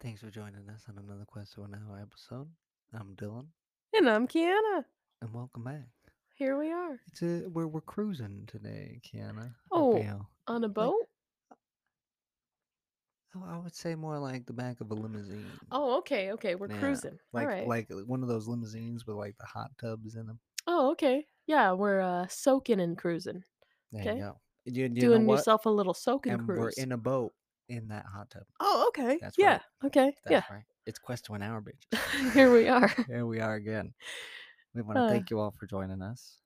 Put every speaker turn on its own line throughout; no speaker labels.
Thanks for joining us on another Quest One Hour episode. I'm Dylan,
And I'm Kiana.
and welcome back.
Here we are
It's a we're we're cruising today, Kiana. up
Oh.
hill.
on a boat.
Oh, I would say more like the back of a limousine.
Oh, okay, okay. We're
Yeah,
cruising.
like
All right.
like uh, one of those limousines with like the hot tubs in them.
oh, okay. Yeah, we're uh, soaking and cruising,
There
Okay.
you go. You, you
doing
know what?
yourself a little soaking
and
cruise.
we're in a boat in that hot tub.
oh, okay.
That's
yeah.
right.
Okay.
That's
yeah.
right. It's Quest One Hour, bitches.
Here we are.
Here we are again. We want to
Uh.
thank you all for joining us.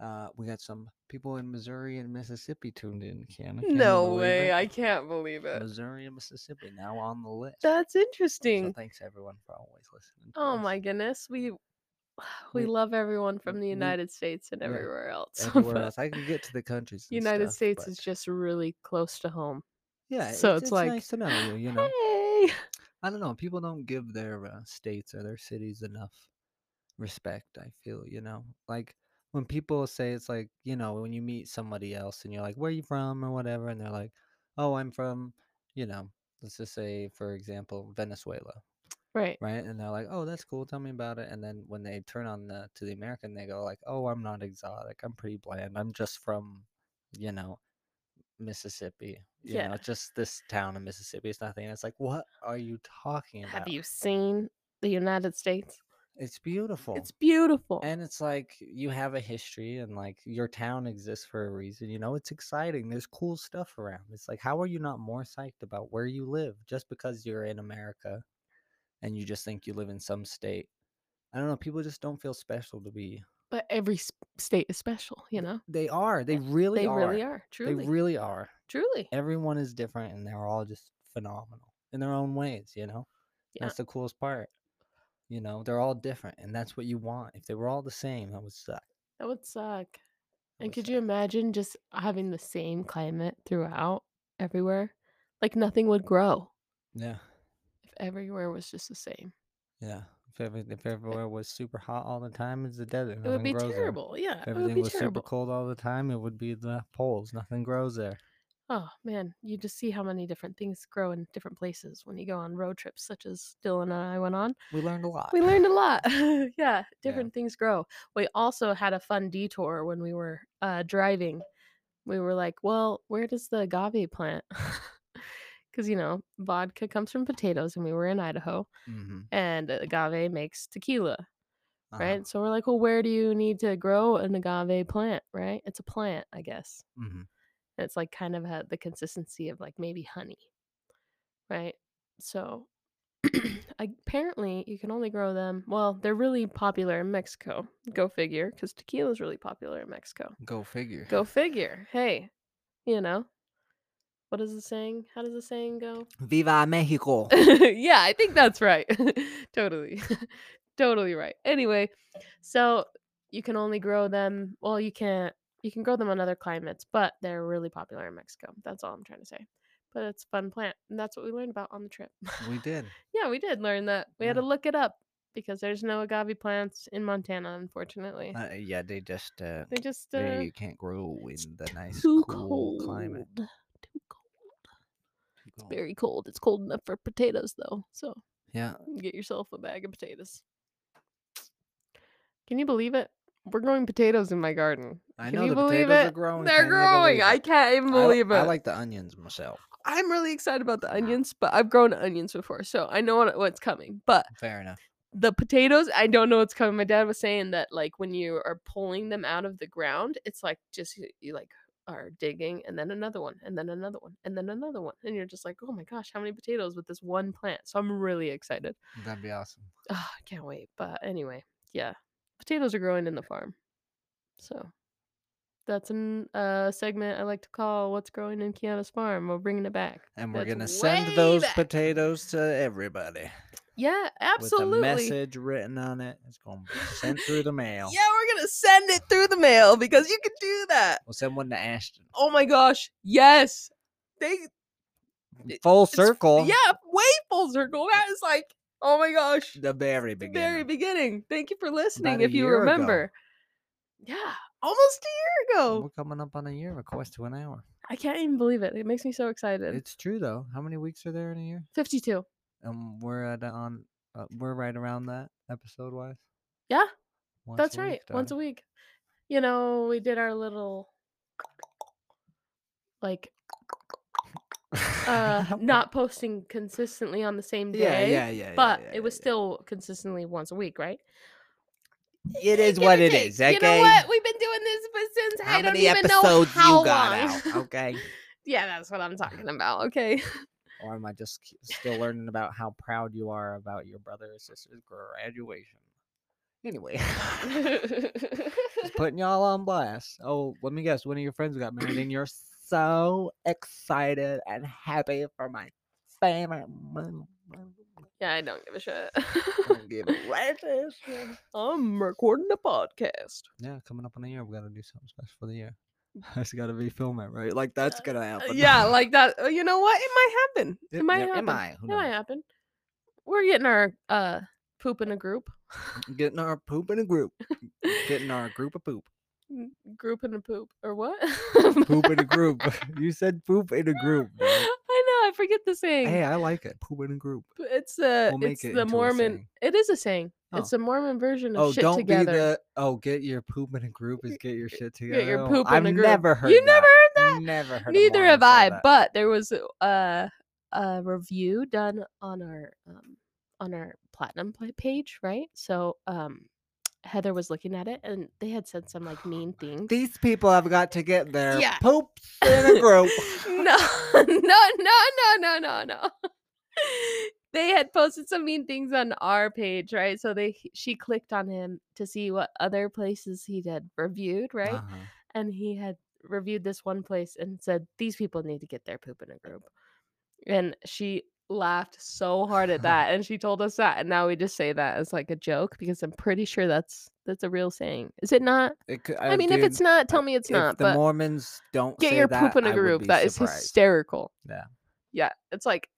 Uh, we got some people in Missouri and Mississippi tuned in. Can
No way. I can't believe it.
Missouri and Mississippi now on the list.
That's
so
interesting.
thanks everyone for always listening. to
oh
us.
my goodness. We we
We-
love everyone from
we-
the
we-
United States and
yeah,
everywhere else.
Everywhere
but
else, I can get to the countries. and
United
stuff,
States
but
is just really close to home.
yeah.
so it's like,
nice to know you. You know,
Hey.
I don't know. People don't give their uh, states or their cities enough respect. I feel you know, like when people say it's like you know when you meet somebody else and you're like, "Where you from?" or whatever, and they're like, "Oh, I'm from," you know, let's just say for example, Venezuela,
Right.
right? And they're like, "Oh, that's cool. Tell me about it." And then when they turn on the to the American, they go like, "Oh, I'm not exotic. I'm pretty bland. I'm just from, you know." Mississippi, you
Yeah.
know, it's just this town in Mississippi. It's nothing. It's like, what are you talking about?
Have you seen the United States?
It's beautiful.
It's beautiful.
and it's like you have a history and like your town exists for a reason. You know, it's exciting. There's cool stuff around. It's like, how are you not more psyched about where you live just because you're in America and you just think you live in some state? I don't know. People just don't feel special to be.
but every s- state is special, you know?
They are. They really
They
are.
really are. Truly.
They really are.
truly.
Everyone is different and they're all just phenomenal in their own ways, you know?
Yeah.
That's the coolest part. You know, they're all different and that's what you want. If they were all the same, that would suck.
That would suck.
That
And
would
could
suck.
you imagine just having the same climate throughout everywhere? Like nothing would grow
Yeah,
if everywhere was just the same.
yeah. If every, if everywhere was super hot all the time, it's the desert.
it would
nothing
be
grows there.
terrible. Yeah.
If
It
everything
would be
was
terrible.
super cold all the time, it would be the poles. Nothing grows there.
Oh man, you just see how many different things grow in different places when you go on road trips such as Dylan and I went on.
We learned a lot.
we learned a lot. yeah, different things grow. We also had a fun detour when we were uh, driving. We were like, well, where does the agave plant? Because, you know, vodka comes from potatoes, and we were in Idaho,
hmm
and agave makes tequila,
uh-huh,
right? So we're like, well, where do you need to grow an agave plant, right? It's a plant, I guess.
hmm
And it's like kind of ha- the consistency of like maybe honey, right? So apparently you can only grow them. Well, they're really popular in Mexico. Go figure, because tequila is really popular in Mexico.
Go figure.
Go figure. Hey, you know, what is the saying? How does the saying go?
Viva Mexico.
yeah, I think that's right. totally. totally right. Anyway, so you can only grow them, well, you can't, you can grow them on other climates, but they're really popular in Mexico. That's all I'm trying to say. But it's a fun plant. And that's what we learned about on the trip.
we did.
yeah, we did learn that. We had
Yeah.
to look it up because there's no agave plants in Montana, unfortunately.
Uh, yeah, they just uh,
they just, uh,
they can't grow
it's
in the nice
too
cool climate. Oh.
cold. Too cold.
Too cold.
Very cold. It's cold enough for potatoes, though. So
Yeah,
Get yourself a bag of potatoes. Can you believe it? We're growing potatoes in my garden.
I
Can
know
you
the
believe
potatoes
it?
are growing.
They're
Can you
growing.
believe
I
it?
can't even
I li-
believe
I
it.
like the onions myself.
I'm really excited about the onions, but I've grown onions before, so I know what, what's coming. But
Fair enough.
the potatoes, I don't know what's coming. My dad was saying that like when you are pulling them out of the ground, it's like just you, you like are digging and then another one and then another one and then another one and you're just like, "Oh my gosh, how many potatoes with this one plant?" So I'm really excited.
That'd be awesome.
Oh, I can't wait. But anyway, yeah, potatoes are growing in the farm, so that's an uh segment I like to call "What's Growing in Kiana's Farm." We're bringing it back.
And we're
That's
gonna send
way
those
back.
potatoes to everybody.
Yeah, absolutely.
with a message written on it. It's going to be sent through the mail.
Yeah, we're gonna send it through the mail because you can do that.
We'll send one to Ashton.
Oh my gosh, yes, they it-
Full
it's-
circle.
Yeah, waffles are going. That is like, oh my gosh,
The very
the
beginning.
very beginning. Thank you for listening.
a
If you
year ago.
remember, yeah, almost a year ago.
We're coming up on a year. Request to an hour.
I can't even believe it. It makes me so excited.
It's true though. How many weeks are there in a year?
52.
and we're at on uh, we're right around that episode wise.
Yeah,
Once
That's
a
right.
week,
Once a
dog.
week. You know, we did our little like uh not posting consistently on the same day.
yeah, yeah, yeah.
But
yeah, yeah,
it was
yeah.
still consistently once a week, right?
It is
Give
what
or
it
take.
is. Okay.
You know what? We've been doing this for since
How
I don't
many
even know
episodes
how
you got
long.
out? Oh. Okay.
yeah, that's what I'm talking about. Okay.
or am I just k- still learning about how proud you are about your brother or sister's graduation? Anyway, just putting y'all on blast. Oh, let me guess. One of your friends got married, and you're so excited and happy for my favorite. mo- mo- mo-
yeah, I don't give a shit.
don't give a rat's ass.
I'm recording a podcast.
Yeah, coming up on the year, we gotta do something special for the year. It's gotta be film it, right? Like that's gonna happen.
yeah, like that. uh, You know what? It might happen. It,
It-
might
yeah, it
happen.
might, who
It might
knows?
happen. We're getting our uh poop in a group.
getting our poop in a group, getting our group of poop.
N- group in a poop or what?
poop in a group. you said poop in a group.
I
right?
know. I forget the saying.
Hey, I like it. Poop in a group.
P- It's uh,
We'll make
it's
it
the
into a
Mormon.
saying.
It is a saying. It's
Oh.
the Mormon version of
Oh,
shit
don't
together.
be the oh. Get your poop in a group is get your shit together.
Get your
Oh,
poop in
I've
a group.
never heard.
You
that.
never heard that?
Never heard. a
Neither
Mormon
have
say
I.
that.
But there was uh, a review done on our um, on our platinum pla- page, right? So um, Heather was looking at it, and they had said some like mean things.
these people have got to get their
Yeah.
poops in a group.
no, no, no, no, no, no, no. They had posted some mean things on our page, right? So they she clicked on him to see what other places he had reviewed, right?
Uh-huh.
And he had reviewed this one place and said these people need to get their poop in a group. And she laughed so hard at that and she told us that and now we just say that as like a joke because I'm pretty sure that's that's a real saying. Is it not?
It could-
I
uh,
mean if
dude,
it's not, tell
uh,
me it's
if
not.
The
but
Mormons don't
get
say
your
that,
poop in
I
a
would
group.
be
That is
surprised.
hysterical.
Yeah.
Yeah. It's like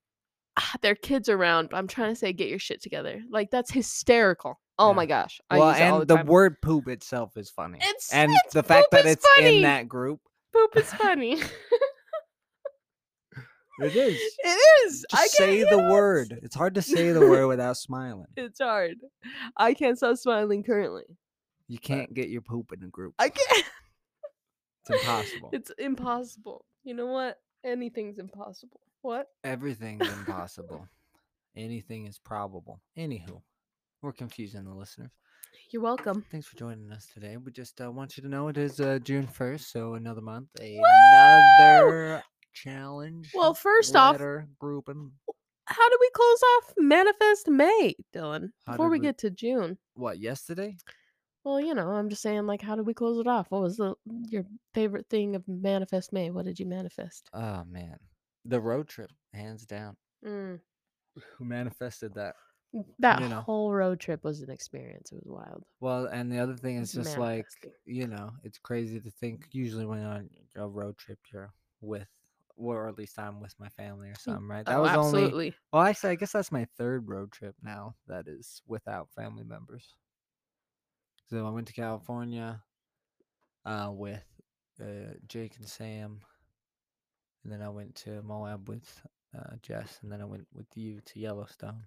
ah, their kids around. but I'm trying to say get your shit together. Like that's hysterical. Oh
Yeah.
my gosh. I
Well,
use it all
and
the,
the,
time.
word poop itself is funny.
It's-
and
it's-
the fact
poop
that
is
it's
funny.
in that group,
poop is funny.
it is.
it is. I
Just
can't-
say
you
the
know, it's-
word. It's hard to say the word without smiling.
It's hard. I can't stop smiling currently.
You can't get your poop in a group.
I can't.
It's impossible.
It's impossible. You know what? Anything's impossible. What?
Everything's impossible. Anything is probable. Anywho, we're confusing the listeners.
You're welcome.
Thanks for joining us today. We just uh, want you to know it is uh, June 1st, so another month, another challenge.
Well, first off,
letter grouping.
how do we close off Manifest May, Dylan?
How
Before
did
we
we-
get to June.
What, yesterday?
Well, you know, I'm just saying, like, how did we close it off? What was the your favorite thing of Manifest May? What did you manifest?
Oh, man. The road trip, hands down.
Mm.
Who manifested that?
That
You know.
whole road trip was an experience. It was wild.
Well, and the other thing is
It's
just like
manifesting.
you know, it's crazy to think. Usually, when on a road trip, you're with, or at least I'm with my family or something, right? That
oh,
was only.
absolutely.
Well, actually, I guess that's my third road trip now. That is without family members. So I went to California uh, with uh, Jake and Sam, and then I went to Moab with uh, Jess, and then I went with you to Yellowstone.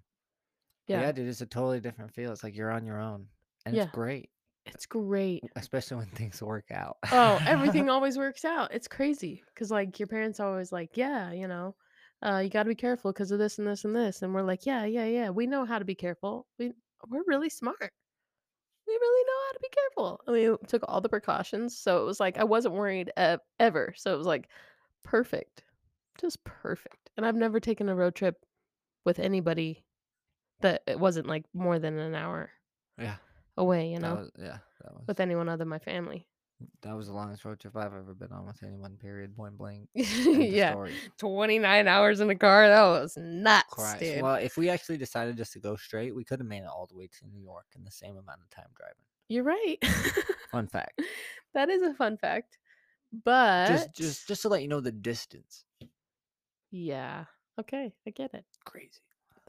But
Yeah,
yeah, dude, it's a totally different feel. It's like you're on your own, and
Yeah.
it's great
it's great.
especially when things work out.
Oh, everything always works out. It's crazy because like your parents are always like, yeah, you know, uh, you got to be careful because of this and this and this, and we're like, yeah, yeah, yeah. We know how to be careful. We we're really smart. We really know how to be careful. And we took all the precautions, so it was like I wasn't worried ev- ever. So it was like perfect, just perfect. And I've never taken a road trip with anybody that it wasn't like more than an hour
yeah,
away, you
that
know,
was, yeah, that was
with anyone other than my family.
that was the longest road trip I've ever been on with anyone. Period. Point blank. End of
yeah.
story.
29 hours in a car. That was nuts,
Christ.
dude.
Well, if we actually decided just to go straight, we could have made it all the way to New York in the same amount of time driving.
You're right.
Fun fact.
that is a fun fact. But
Just, just, just to let you know the distance.
yeah. Okay, I get it.
Crazy.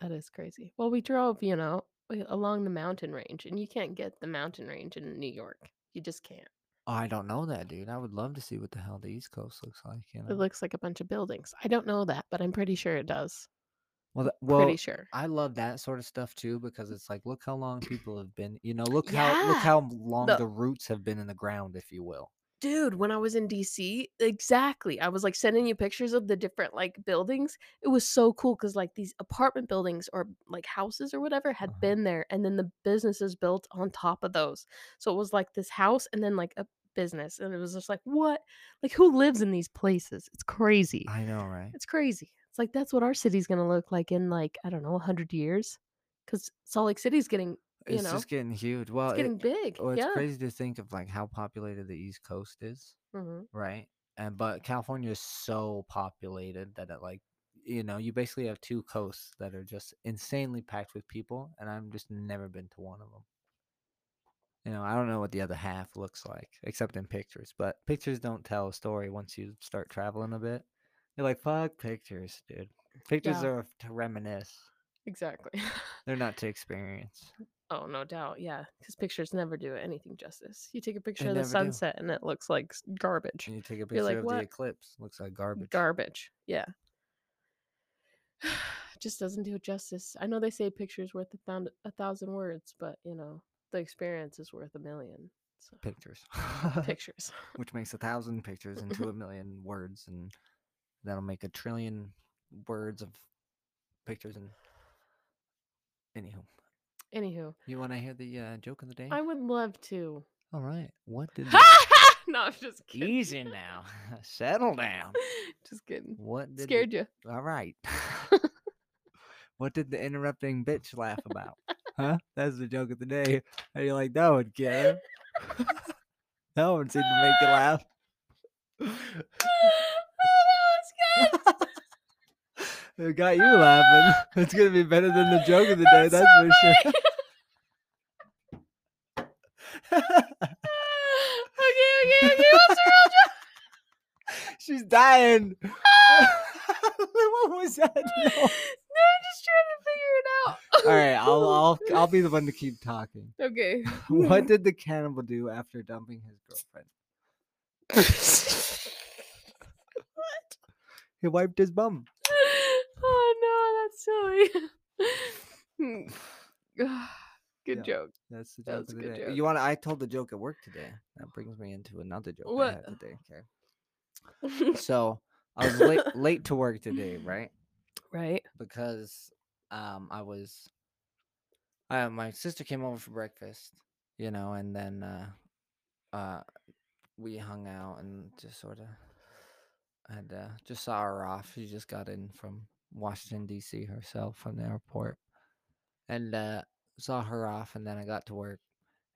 That is crazy. Well, we drove, you know, we- along the mountain range, and you can't get the mountain range in New York. You just can't.
Oh, I don't know that, dude. I would love to see what the hell the East Coast looks like. You know?
It looks like a bunch of buildings. I don't know that, but I'm pretty sure it does.
Well, that, well,
pretty sure.
I love that sort of stuff too because it's like, look how long people have been. You know, look how look
Yeah.
how long
The-
the roots have been in the ground, if you will.
Dude, when I was in DC, exactly. I was like sending you pictures of the different like buildings. It was so cool cuz like these apartment buildings or like houses or whatever had
Uh-huh.
been there and then the businesses built on top of those. So it was like this house and then like a business and it was just like, "What? Like who lives in these places?" It's crazy.
I know, right?
It's crazy. It's like that's what our city's going to look like in like, I don't know, 100 years cuz Salt Lake City's getting, you
it's
know,
just getting huge. Well,
it's
it-
getting big.
well, it's
yeah.
crazy to think of like how populated the East Coast is,
Mhm.
right? And but California is so populated that it like, you know, you basically have two coasts that are just insanely packed with people, and I've just never been to one of them. You know, I don't know what the other half looks like, except in pictures. But pictures don't tell a story once you start traveling a bit. You're like, fuck pictures, dude. Pictures
Yeah.
are to reminisce.
Exactly.
They're not to experience.
Oh, no doubt. Yeah. Because pictures never do anything justice. You take a picture
They
of the
never do.
sunset and it looks like s- garbage.
And you take a
You're
picture
like,
of the
"What?"
eclipse. Looks like garbage.
Garbage. Yeah. Just doesn't do it justice. I know they say pictures worth a, thound- a thousand words, but you know, the experience is worth a million. So,
pictures.
pictures.
Which makes a thousand pictures into a million words, and that'll make a trillion words of pictures. And anywho,
Anywho,
you want to hear the uh, joke of the day?
I would love to.
All right. What did the
no, I'm just kidding.
Easy now. Settle down.
just kidding.
What did the-
Scared you.
All right. what did the interrupting bitch laugh about? Huh? That's the joke of the day. Are you like that one, kid? that one seemed to make you laugh.
Oh, that was good.
It got you laughing. It's gonna be better than the joke of the day.
I'm
That's
so
for sure.
okay, okay, okay. What's the real joke?
She's dying. what was that?
no,
noise?
I'm just trying to figure it out.
All right, I'll, I'll I'll be the one to keep talking.
Okay.
What did the cannibal do after dumping his girlfriend? He wiped his bum.
oh no, that's silly. good
Yeah,
joke.
That's the
That
joke
was
of
a
the
good
day.
joke.
You want? to I told the joke at work today. That brings me into another joke I
What?
had today. Okay. So I was late late to work today, right?
right?
because um I was uh my sister came over for breakfast, you know, and then uh uh we hung out and just sort of and uh just saw her off. She just got in from Washington DC herself from the airport. And uh saw her off and then I got to work.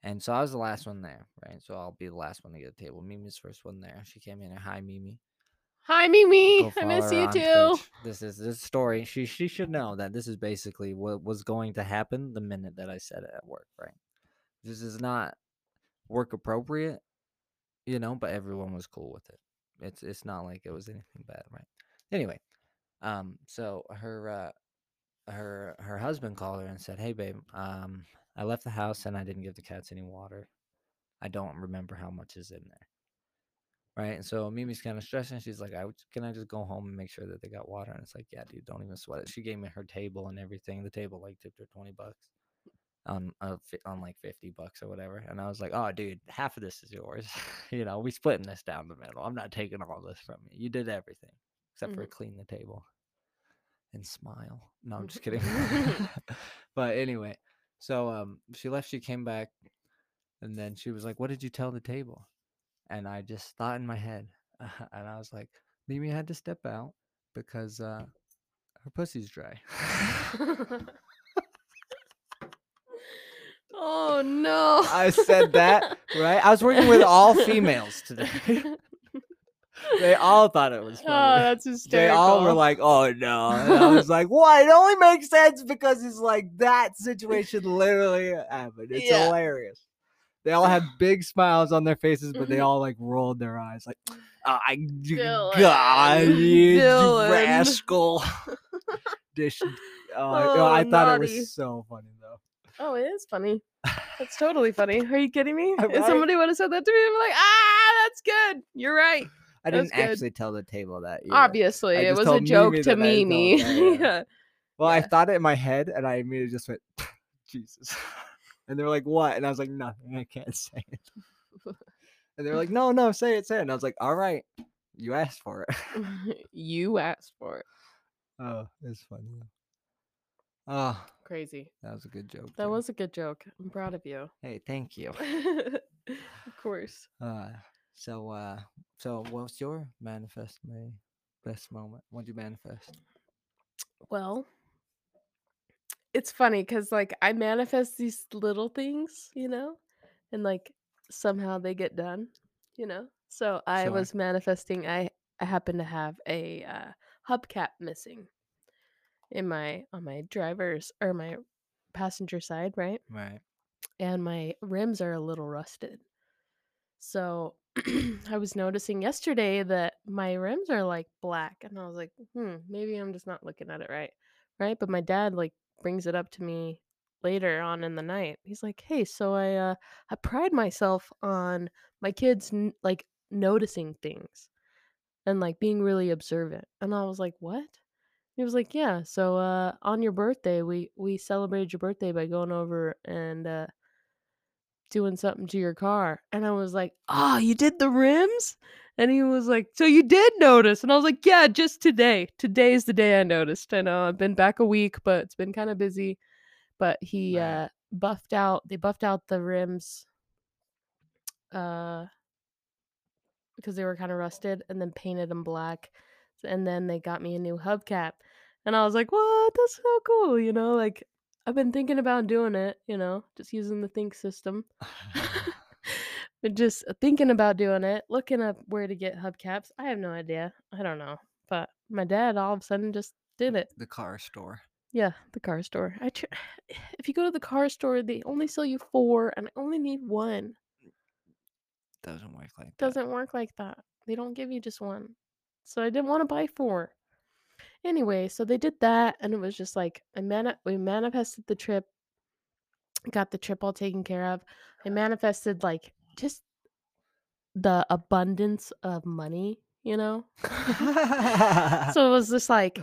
And so I was the last one there, right? So I'll be the last one to get a table. Mimi's first one there. She came in and hi Mimi.
Hi,
Go
Mimi. I
follow
miss
her
you
on
too.
Twitch. This is this story. She she should know that this is basically what was going to happen the minute that I said it at work, right? This is not work appropriate, you know, but everyone was cool with it. It's it's not like it was anything bad, right? Anyway, um so her uh her her husband called her and said, "Hey babe, um I left the house and I didn't give the cats any water. I don't remember how much is in there." right? And so Mimi's kind of stressing. She's like, "I would- can I just go home and make sure that they got water?" And it's like, "Yeah, dude, don't even sweat it." She gave me her table and everything. The table like tipped her twenty bucks on uh, fi- on like fifty bucks or whatever. And I was like, "Oh, dude, half of this is yours. you know, we splitting this down the middle. I'm not taking all this from you. You did everything except for
Mhm.
clean the table." And smile. No, I'm just kidding. but anyway, so um, she left. She came back, and then she was like, "What did you tell the table?" and I just thought in my head, and I was like, Mimi had to step out because uh, her pussy's dry.
oh no.
I said that right. I was working with all females today. they all thought it was
Oh,
funny.
that's
they
hysterical.
all were like, "Oh no!" And I was like, "Why? It only makes sense because it's like that situation literally happened. It's
Yeah.
hilarious." They all had big smiles on their faces, but they
Mhm.
all like rolled their eyes, like, "Oh, I, you
Dylan,
God, you
Dylan."
rascal!" Dish. Oh, I-
Oh,
I thought it
naughty.
was so funny though.
Oh, it is funny. That's totally funny. Are you kidding me?
Right?
If somebody would have said that to me, I'm like, ah, that's good. You're right.
I
That's
didn't
good.
actually tell the table that. either.
Obviously,
I
it
just
was a
told
joke
Mimi
to
that I told
Mimi.
her, yeah.
yeah.
Well, I
Yeah.
thought it in my head, and I immediately just went, Jesus. And they were like, what? And I was like, nothing. I can't say it. And they were like, no, no, say it, say it. And I was like, all right, you asked for it.
you asked for it.
Oh, it's funny. Oh,
Crazy.
that was a good joke.
That
dude.
was a good joke. I'm proud of you.
Hey, thank you.
of course.
Uh, so, uh, so what's your manifest my best moment? What'd you manifest?
Well, it's funny because like I manifest these little things, you know, and like somehow they get done, you know. So I
Sure.
was manifesting. I I happen to have a uh, hubcap missing in my on my driver's or my passenger side, right?
Right.
and my rims are a little rusted. So I was noticing yesterday that my rims are like black, and I was like, hmm, maybe I'm just not looking at it right. Right. But my dad like brings it up to me later on in the night. He's like, hey, so I, uh, I pride myself on my kids n- like noticing things and like being really observant. And I was like, what? He was like, yeah. So uh, on your birthday, we we celebrated your birthday by going over and uh, doing something to your car. And I was like, oh, you did the rims? And he was like, so you did notice? And I was like, yeah, just today. Today's the day I noticed. And uh, I've been back a week, but it's been kind of busy. But he
Right.
uh, buffed out. They buffed out the rims. Uh, because they were kind of rusted and then painted them black and then they got me a new hubcap and i was like what that's so cool you know like i've been thinking about doing it you know just using the think system but just thinking about doing it looking up where to get hubcaps i have no idea i don't know but my dad all of a sudden just did it
the car store.
yeah, the car store. I tr- if you go to the car store, they only sell you four, and I only need one.
Doesn't work like that.
doesn't work like that. They don't give you just one. So I didn't want to buy four. Anyway, so they did that and it was just like I mani- we manifested the trip, got the trip all taken care of. I manifested like just the abundance of money, you know? so it was just like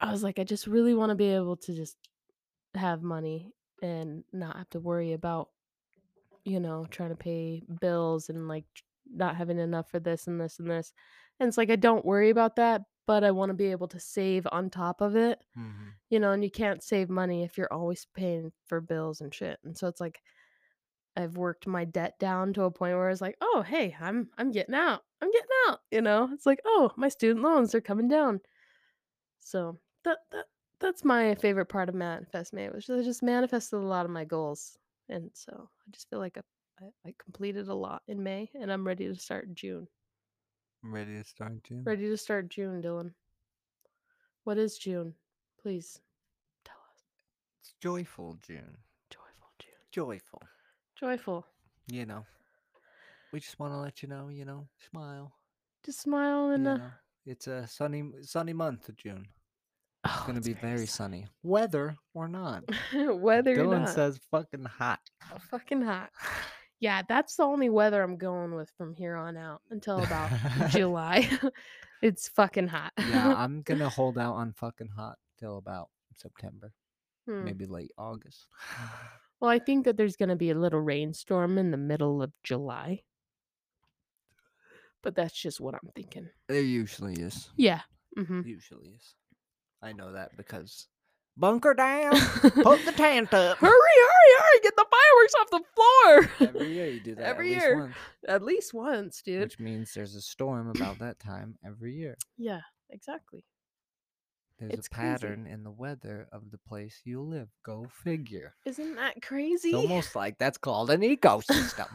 I was like, I just really want to be able to just have money and not have to worry about, you know, trying to pay bills and like tr- not having enough for this and this and this. And it's like I don't worry about that, but I want to be able to save on top of it,
Mhm.
you know. And you can't save money if you're always paying for bills and shit. And so it's like I've worked my debt down to a point where it's like, oh hey, I'm I'm getting out, I'm getting out, you know. It's like oh my student loans are coming down. So that that that's my favorite part of manifest May was I just manifested a lot of my goals, and so I just feel like I, I, I completed a lot in May, and I'm ready to start June.
I'm ready to start too.
Ready to start June, Dylan. What is June? Please tell us.
It's joyful June.
Joyful June.
Joyful.
Joyful.
You know. We just want to let you know, you know, smile.
Just smile and
you
uh,
know. It's a sunny sunny month of June.
oh,
It's gonna be very
sunny.
sunny. Whether or not.
Whether or
Dylan
not.
says fucking hot.
Oh, fucking hot. Yeah, that's the only weather I'm going with from here on out until about July. it's fucking hot.
yeah, I'm gonna hold out on fucking hot till about September,
Hmm.
maybe late August.
Well, I think that there's going to be a little rainstorm in the middle of July. But that's just what I'm thinking.
there usually is.
Yeah. hmm
Usually is. I know that because bunker down, put the tent up.
hurry, hurry, hurry. Get the fireworks off the floor.
Every year you do that.
Every
at least
year.
once,
At least once, dude.
which means there's a storm about that time every year.
Yeah, exactly.
There's
It's
a
crazy.
pattern in the weather of the place you live. Go figure.
Isn't that crazy?
It's almost like that's called an ecosystem.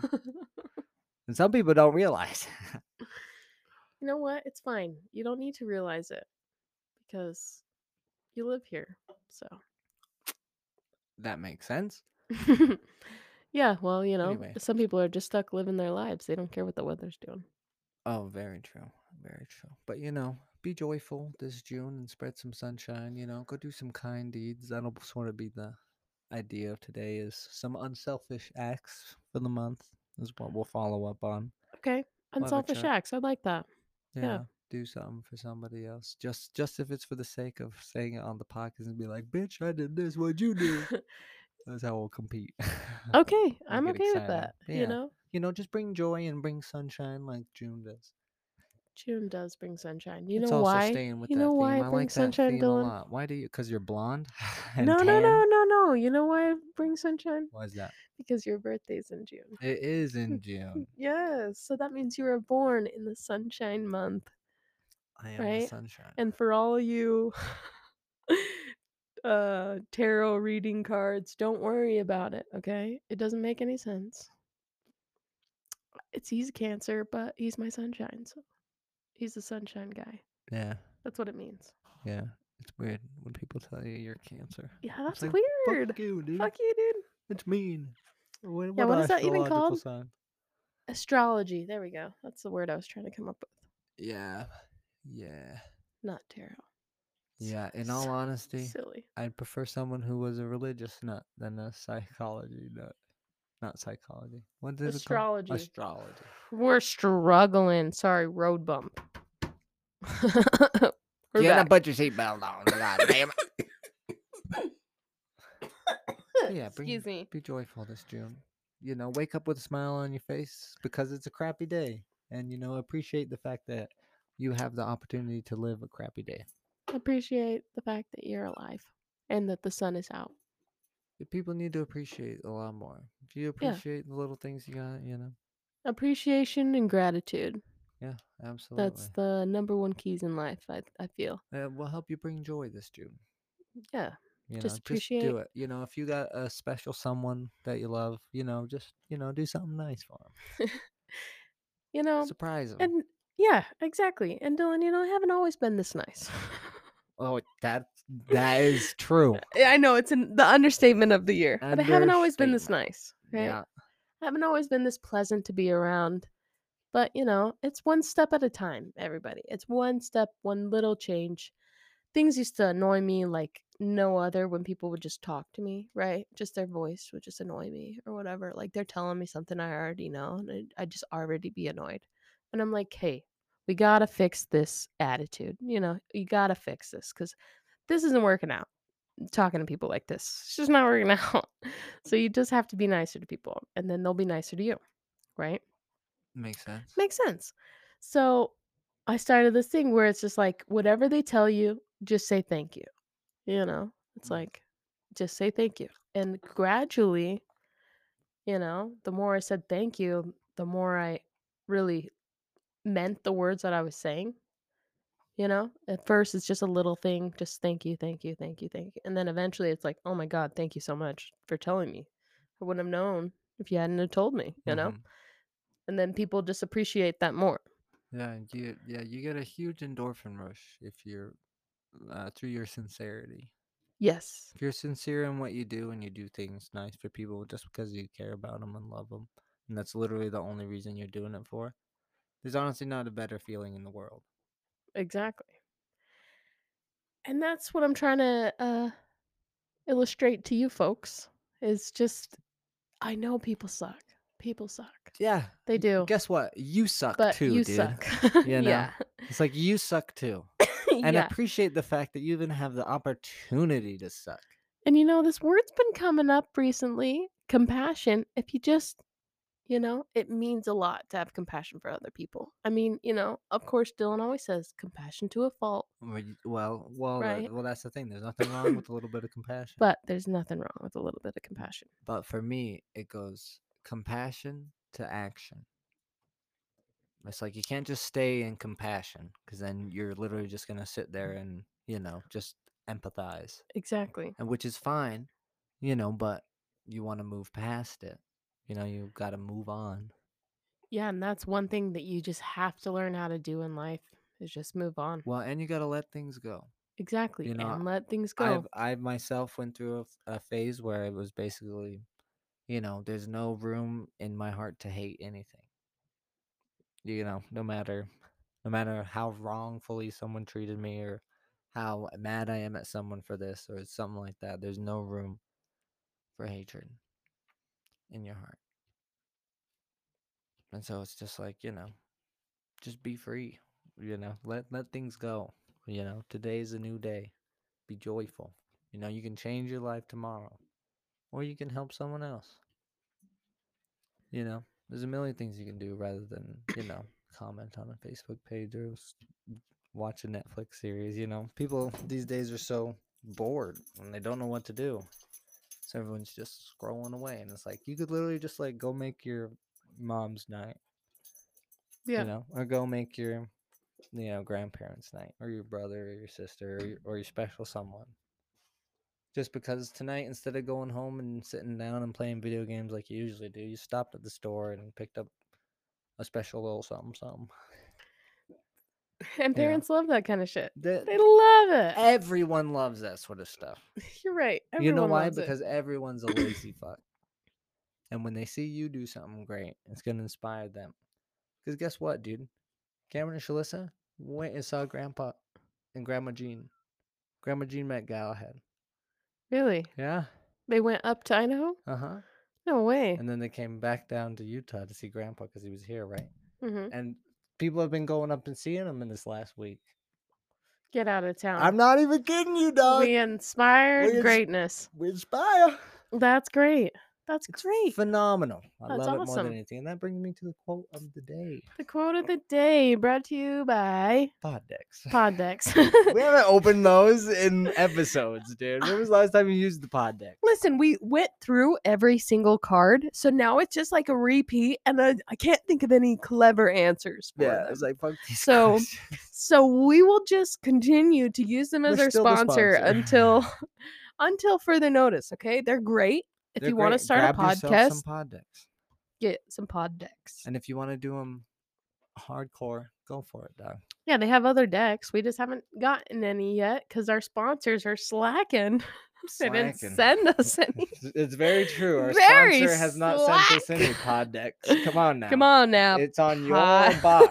and some people don't realize.
you know what? It's fine. You don't need to realize it because you live here. So,
that makes sense.
yeah, well, you know,
Anyway.
some people are just stuck living their lives. They don't care what the weather's doing.
Oh, very true. Very true. But you know, be joyful this June and spread some sunshine. You know, go do some kind deeds. That'll sort of be the idea of today is some unselfish acts for the month is what we'll follow up on.
Okay.
We'll have a
Unselfish
chat.
acts. I like that. Yeah.
do something for somebody else, just just if it's for the sake of saying it on the podcast and be like, "Bitch, I did this. What'd you do?" That's how we'll compete.
okay, I'm
it
okay with
exciting.
that.
Yeah.
You know,
you know, just bring joy and bring sunshine like June does.
June does bring sunshine. You
it's
know
also
why?
staying with
You
that
know
theme.
why it
I
brings
like
sunshine,
that theme
Dylan?
a lot. Why do you? Because you're blonde. and
No, no,
tan?
no, no, no. You know why it brings sunshine?
Why is that?
Because your birthday's in June.
It is in June.
Yes, so that means you were born in the sunshine month.
I am the
Right?
sunshine.
And for all you uh tarot reading cards, don't worry about it, okay? It doesn't make any sense. It's he's a cancer, but he's my sunshine, so he's the sunshine guy.
yeah,
That's what it means.
yeah. It's weird when people tell you you're cancer.
Yeah, that's
like,
weird.
Fuck you, dude.
Fuck you, dude.
It's mean. What,
Yeah, what is that even
astrological
called?
sign?
Astrology. There we go. That's the word I was trying to come up with.
Yeah, yeah,
Not tarot.
yeah. In
so-
all honesty,
Silly.
I'd prefer someone who was a religious nut than a psychology nut. Not psychology. What did
Astrology.
it called? Astrology.
We're struggling. Sorry, road bump. We're back.
put your seatbelt on. God damn it. Yeah, bring-
Excuse me.
Be joyful this June. You know, wake up with a smile on your face because it's a crappy day, and you know, appreciate the fact that you have the opportunity to live a crappy day.
Appreciate the fact that you're alive and that the sun is out.
that people need to appreciate a lot more. Do you
Yeah.
appreciate the little things you got? You know,
Appreciation and gratitude.
yeah, absolutely.
That's the number one keys in life, I, I feel.
That will help you bring joy this June.
Yeah.
You know,
Just appreciate-
do it. You know, if you got a special someone that you love, you know, just you know, do something nice for them.
You know,
Surprise them.
Um, and yeah, exactly. And Dylan, you know, I haven't always been this nice.
oh, that that is true.
I know it's an, the understatement of the year, but I haven't always been this nice. Right?
Yeah,
I haven't always been this pleasant to be around. But, you know, it's one step at a time, everybody. It's one step, one little change. Things used to annoy me like no other when people would just talk to me, right? Just their voice would just annoy me or whatever. Like they're telling me something I already know and I'd, I'd just already be annoyed. And I'm like, hey, we got to fix this attitude. You know, you got to fix this because this isn't working out talking to people like this. It's just not working out. So you just have to be nicer to people and then they'll be nicer to you. Right?
makes sense.
Makes sense. So I started this thing where it's just like whatever they tell you, just say thank you. You know, it's
Mm.
like just say thank you. And gradually, you know, the more I said thank you, the more I really meant the words that I was saying. You know, at first it's just a little thing, just thank you, thank you, thank you, thank you. And then eventually it's like, oh my God, thank you so much for telling me. I wouldn't have known if you hadn't have told me, you know?
Mhm.
and then people just appreciate that more.
Yeah, and you, yeah, you get a huge endorphin rush if you're uh, through your sincerity.
Yes.
if you're sincere in what you do and you do things nice for people just because you care about them and love them, and that's literally the only reason you're doing it for, there's honestly not a better feeling in the world.
Exactly. And that's what I'm trying to uh, illustrate to you folks is just I know people suck. People suck.
Yeah,
They do.
Guess what? You suck
Oh. But
too,
you
dude.
suck.
You know?
yeah.
It's like you suck too, and
yeah.
appreciate the fact that you even have the opportunity to suck.
And you know, this word's been coming up recently compassion. If you just, you know, it means a lot to have compassion for other people. I mean, you know, of course, Dylan always says compassion to a fault,
Well, you- Well, well,
Right.
uh, well. That's the thing. There's nothing wrong with a little bit of compassion.
but there's nothing wrong with a little bit of compassion.
but for me it goes compassion to action it's like you can't just stay in compassion because then you're literally just going to sit there
Mm.
and you know just empathize
Exactly.
and which is fine you know but you want to move past it you know you got to move on
Yeah, and that's one thing that you just have to learn how to do in life is just move on.
well and you got to let things go
Exactly.
you know,
and let things go.
I've I myself went through a f- a, phase where it was basically, you know, there's no room in my heart to hate anything. You know, no matter no matter how wrongfully someone treated me or how mad I am at someone for this or something like that, there's no room for hatred in your heart. And so it's just like, you know, just be free. you know let let things go you know today's a new day be joyful you know you can change your life tomorrow or you can help someone else you know there's a million things you can do rather than you know comment on a facebook page or s- watch a netflix series you know people these days are so bored and they don't know what to do so everyone's just scrolling away and it's like you could literally just like go make your mom's night
Yeah.
you know, or go make your, you know, grandparents' night, or your brother, or your sister, or your, or your special someone. Just because tonight, instead of going home and sitting down and playing video games like you usually do, you stopped at the store and picked up a special little something, something.
And
Yeah.
parents love that kind of shit.
That-
They love it.
everyone loves that sort of stuff.
You're right.
you know
Everyone
why?
loves it.
Because everyone's a lazy fuck. And when they see you do something great, it's going to inspire them. Because guess what, dude? Cameron and Shalissa went and saw Grandpa and Grandma Jean. Grandma Jean met Galahad.
really,
Yeah.
they went up to Idaho.
Uh huh.
No way.
And then they came back down to Utah to see Grandpa because he was here, right?
hmm
And people have been going up and seeing him in this last week.
Get out of town.
I'm not even kidding you, dog.
we inspired
we ins-
greatness.
We inspire.
That's great. That's great.
Phenomenal. I
That's
love it more
awesome.
than anything. And that brings me to the quote of the day.
The quote of the day brought to you by
Pod decks.
Poddex.
we haven't opened those in episodes, dude. When was the last time you used the pod deck?
Listen, we went through every single card, so now it's just like a repeat, and I, I can't think of any clever answers for
Yeah,
them.
it's like fuck these
So,
questions.
so we will just continue to use them as
They're
our
still the
sponsor,
sponsor.
until until further notice. Okay, they're great. If
They're
you want to
great.
start a
Grab yourself
podcast,
some pod decks.
get some pod decks.
And if you want to do them hardcore, go for it, dog.
Yeah, they have other decks. We just haven't gotten any yet because our sponsors are slacking. They didn't
Slacking.
send us any.
It's very true. Our
Very
sponsor has not sent us any
slack.
pod decks. Come on now.
Come on now.
It's on your
pod.
box.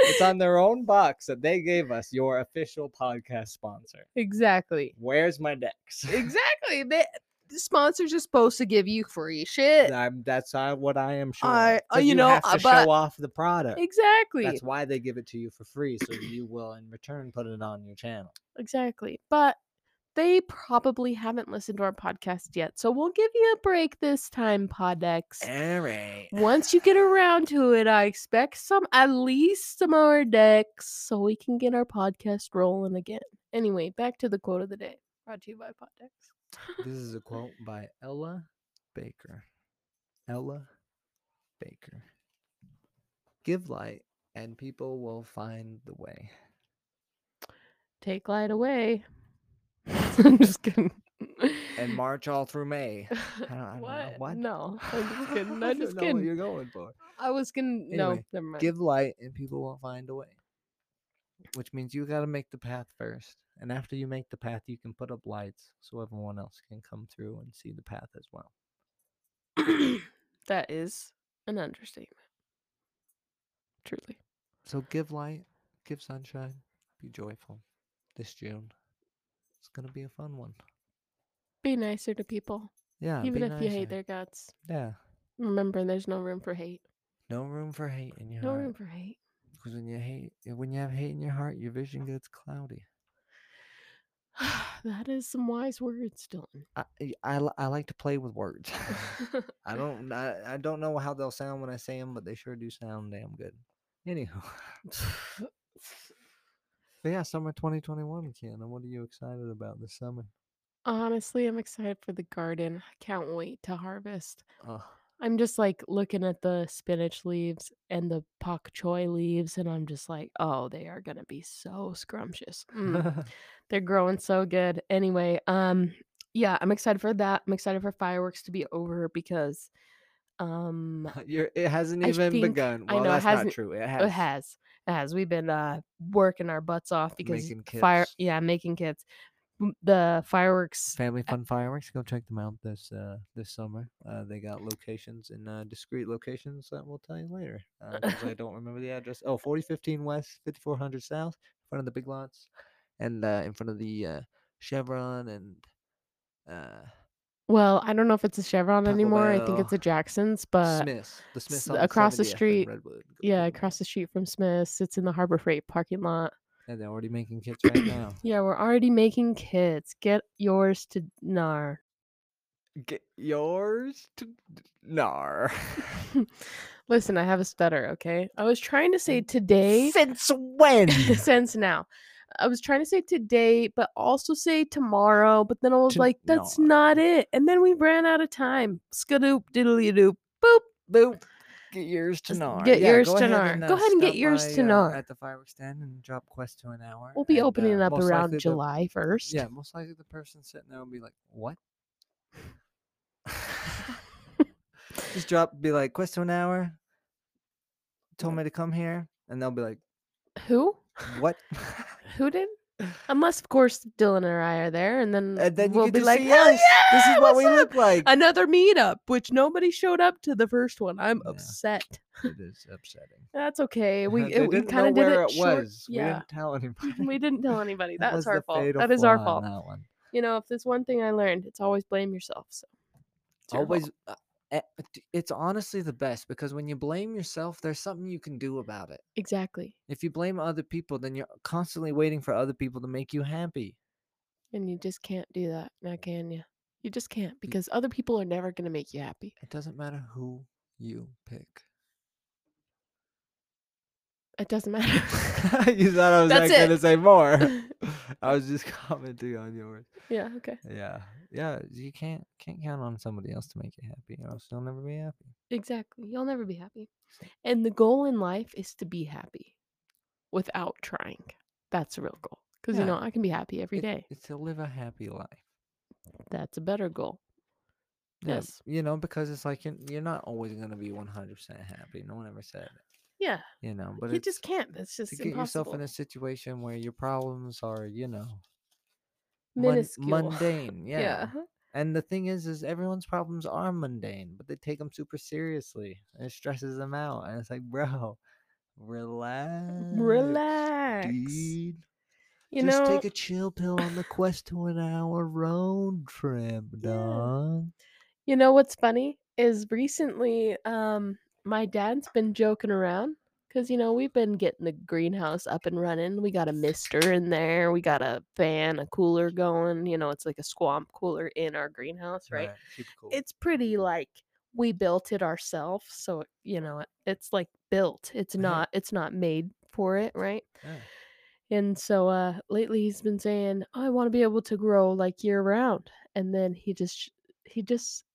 It's on their own box that they gave us, your official podcast sponsor.
exactly.
Where's my decks?
Exactly. They, the sponsors are supposed to give you free shit.
I'm, that's uh, what I am sure.
I-
of.
uh,
So
you know,
have
uh,
to
but-
show off the product.
Exactly.
That's why they give it to you for free, so you will, in return, put it on your channel.
Exactly. But they probably haven't listened to our podcast yet. So we'll give you a break this time, Podex.
All right.
Once you get around to it, I expect some at least some more decks so we can get our podcast rolling again. Anyway, back to the quote of the day. Brought to you by Podex.
This is a quote by Ella Baker. Ella Baker. Give light, and people will find the way.
Take light away. I'm just kidding.
And March all through May. I don't, I don't
what?
know what.
No. I'm just kidding.
I don't
I'm just
know what
kidding.
you're going for.
I was gonna no,
Anyway,
never mind.
Give light, and people will find a way. Which means you got to make the path first, and after you make the path, you can put up lights so everyone else can come through and see the path as well.
that is an understatement. Truly.
So give light, give sunshine, be joyful. This June, it's gonna be a fun one.
Be nicer to people.
Yeah,
even
be
if you hate
nicer.
their guts.
Yeah,
Remember there's no room for hate.
no room for hate in your
No room
heart.
for hate.
Because when you hate, when you have hate in your heart, your vision gets cloudy.
that is some wise words, Dylan.
I I- I, li- I like to play with words. I don't I, I don't know how they'll sound when I say them, but they sure do sound damn good. Anywho, but yeah, summer 2021, Kiana. What are you excited about this summer?
Honestly, I'm excited for the garden. I can't wait to harvest.
Oh,
I'm just like looking at the spinach leaves and the pak choi leaves, and I'm just like, oh, they are gonna be so scrumptious. Mm. they're growing so good anyway um yeah i'm excited for that i'm excited for fireworks to be over because um
Oh, You're, it hasn't
I
even
think-
begun.
I
Well,
know, it
that's not
hasn't-
true. It has.
it has it has we've been uh working our butts off because
Making
fire
kits.
yeah making kids the fireworks
Family Fun Fireworks. Go check them out this uh, this summer. Uh, they got locations in uh, discrete locations that we'll tell you later. Uh, 'cause I don't remember the address. Oh, 4015 West, 5400 South, in front of the Big Lots, and uh, in front of the uh, Chevron and uh,
Well, I don't know if it's a Chevron
Taco
anymore. I think
Bell.
it's a Jackson's, but
Smiths, the Smiths
s-
on
across the
70th and
street-
Redwood. Go
yeah,
to
across the street from Smith's, it's in the Harbor Freight parking lot.
And they're already making kits right now.
Yeah, we're already making kids. Get yours to Nar.
Get yours to nar.
Listen, I have a stutter, okay? I was trying to say today
Since when?
since now. I was trying to say today, but also say tomorrow, but then I was
To-
like, that's
no.
not it. And then we ran out of time. Skadoop, diddly doop, boop.
Boop. Get yours to
Just
nar.
get yours
go
to
ahead
nar.
and,
Go ahead and get
stop
yours to
by, uh,
nar.
At the fireworks stand and drop quest to an hour.
We'll be
and,
opening
uh,
up
most
around
likely the-
July 1st.
Yeah, most likely the person sitting there will be like, "What?" Just drop, be like, "Quest to an hour." Told me to come here, and they'll be like,
Who?
"What?"
Who did? Unless, of course, Dylan and I are there, and then,
and then you
we'll
get
be
to
like,
see
"Hell
us. this is
yeah,
what
what's
we
up?"
look like.
Another meetup, which nobody showed up to the first one. I'm
Yeah.
upset.
it is upsetting.
That's okay. We
They
it, we
didn't know
kind of did
where
it, short.
was. We
Yeah,
didn't tell anybody.
we didn't tell anybody.
That was
That's
the
our fault.
fatal
That is our
flaw in
fault.
That one.
You know, if there's one thing I learned, it's always blame yourself. So it's your fault.
Always. uh, eh, t- It's honestly the best because when you blame yourself, there's something you can do about it.
exactly,
If you blame other people, then you're constantly waiting for other people to make you happy.
and you just can't do that now, can you? You just
Mm.
can't because other people are never going to make you happy.
It doesn't matter who you pick.
It doesn't matter.
you thought I was
That's
not gonna
it.
say more. I was just commenting on yours.
yeah. Okay.
Yeah, yeah. You can't can't count on somebody else to make you happy, or else you'll never be happy.
Exactly. You'll never be happy. And the goal in life is to be happy without trying. That's the real goal. Because,
Yeah.
you know, I can be happy every
It-
day.
It's to live a happy life.
That's a better goal.
Yeah,
Yes.
you know because it's like you're, you're not always gonna be 100 percent happy. No one ever said it.
Yeah.
You know, but
you
it's
just can't. That's just
to get
impossible.
yourself in a situation where your problems are, you know, mun-
Minuscule.
mundane. Yeah. And the thing is, is everyone's problems are mundane, but they take them super seriously. And it stresses them out, and it's like, bro, relax,
Relax.
dude.
You
Just
know,
take a chill pill on the quest to an hour road trip,
Yeah.
dog.
you know what's funny is recently um my dad's been joking around because you know we've been getting the greenhouse up and running we got a mister in there we got a fan a cooler going you know it's like a squamp cooler in our greenhouse right
Super cool.
it's pretty like we built it ourselves so it- you know it- it's like built it's
Yeah.
not it's not made for it right
Yeah.
and so uh lately he's been saying i want to be able to grow like year round and then he just sh- he just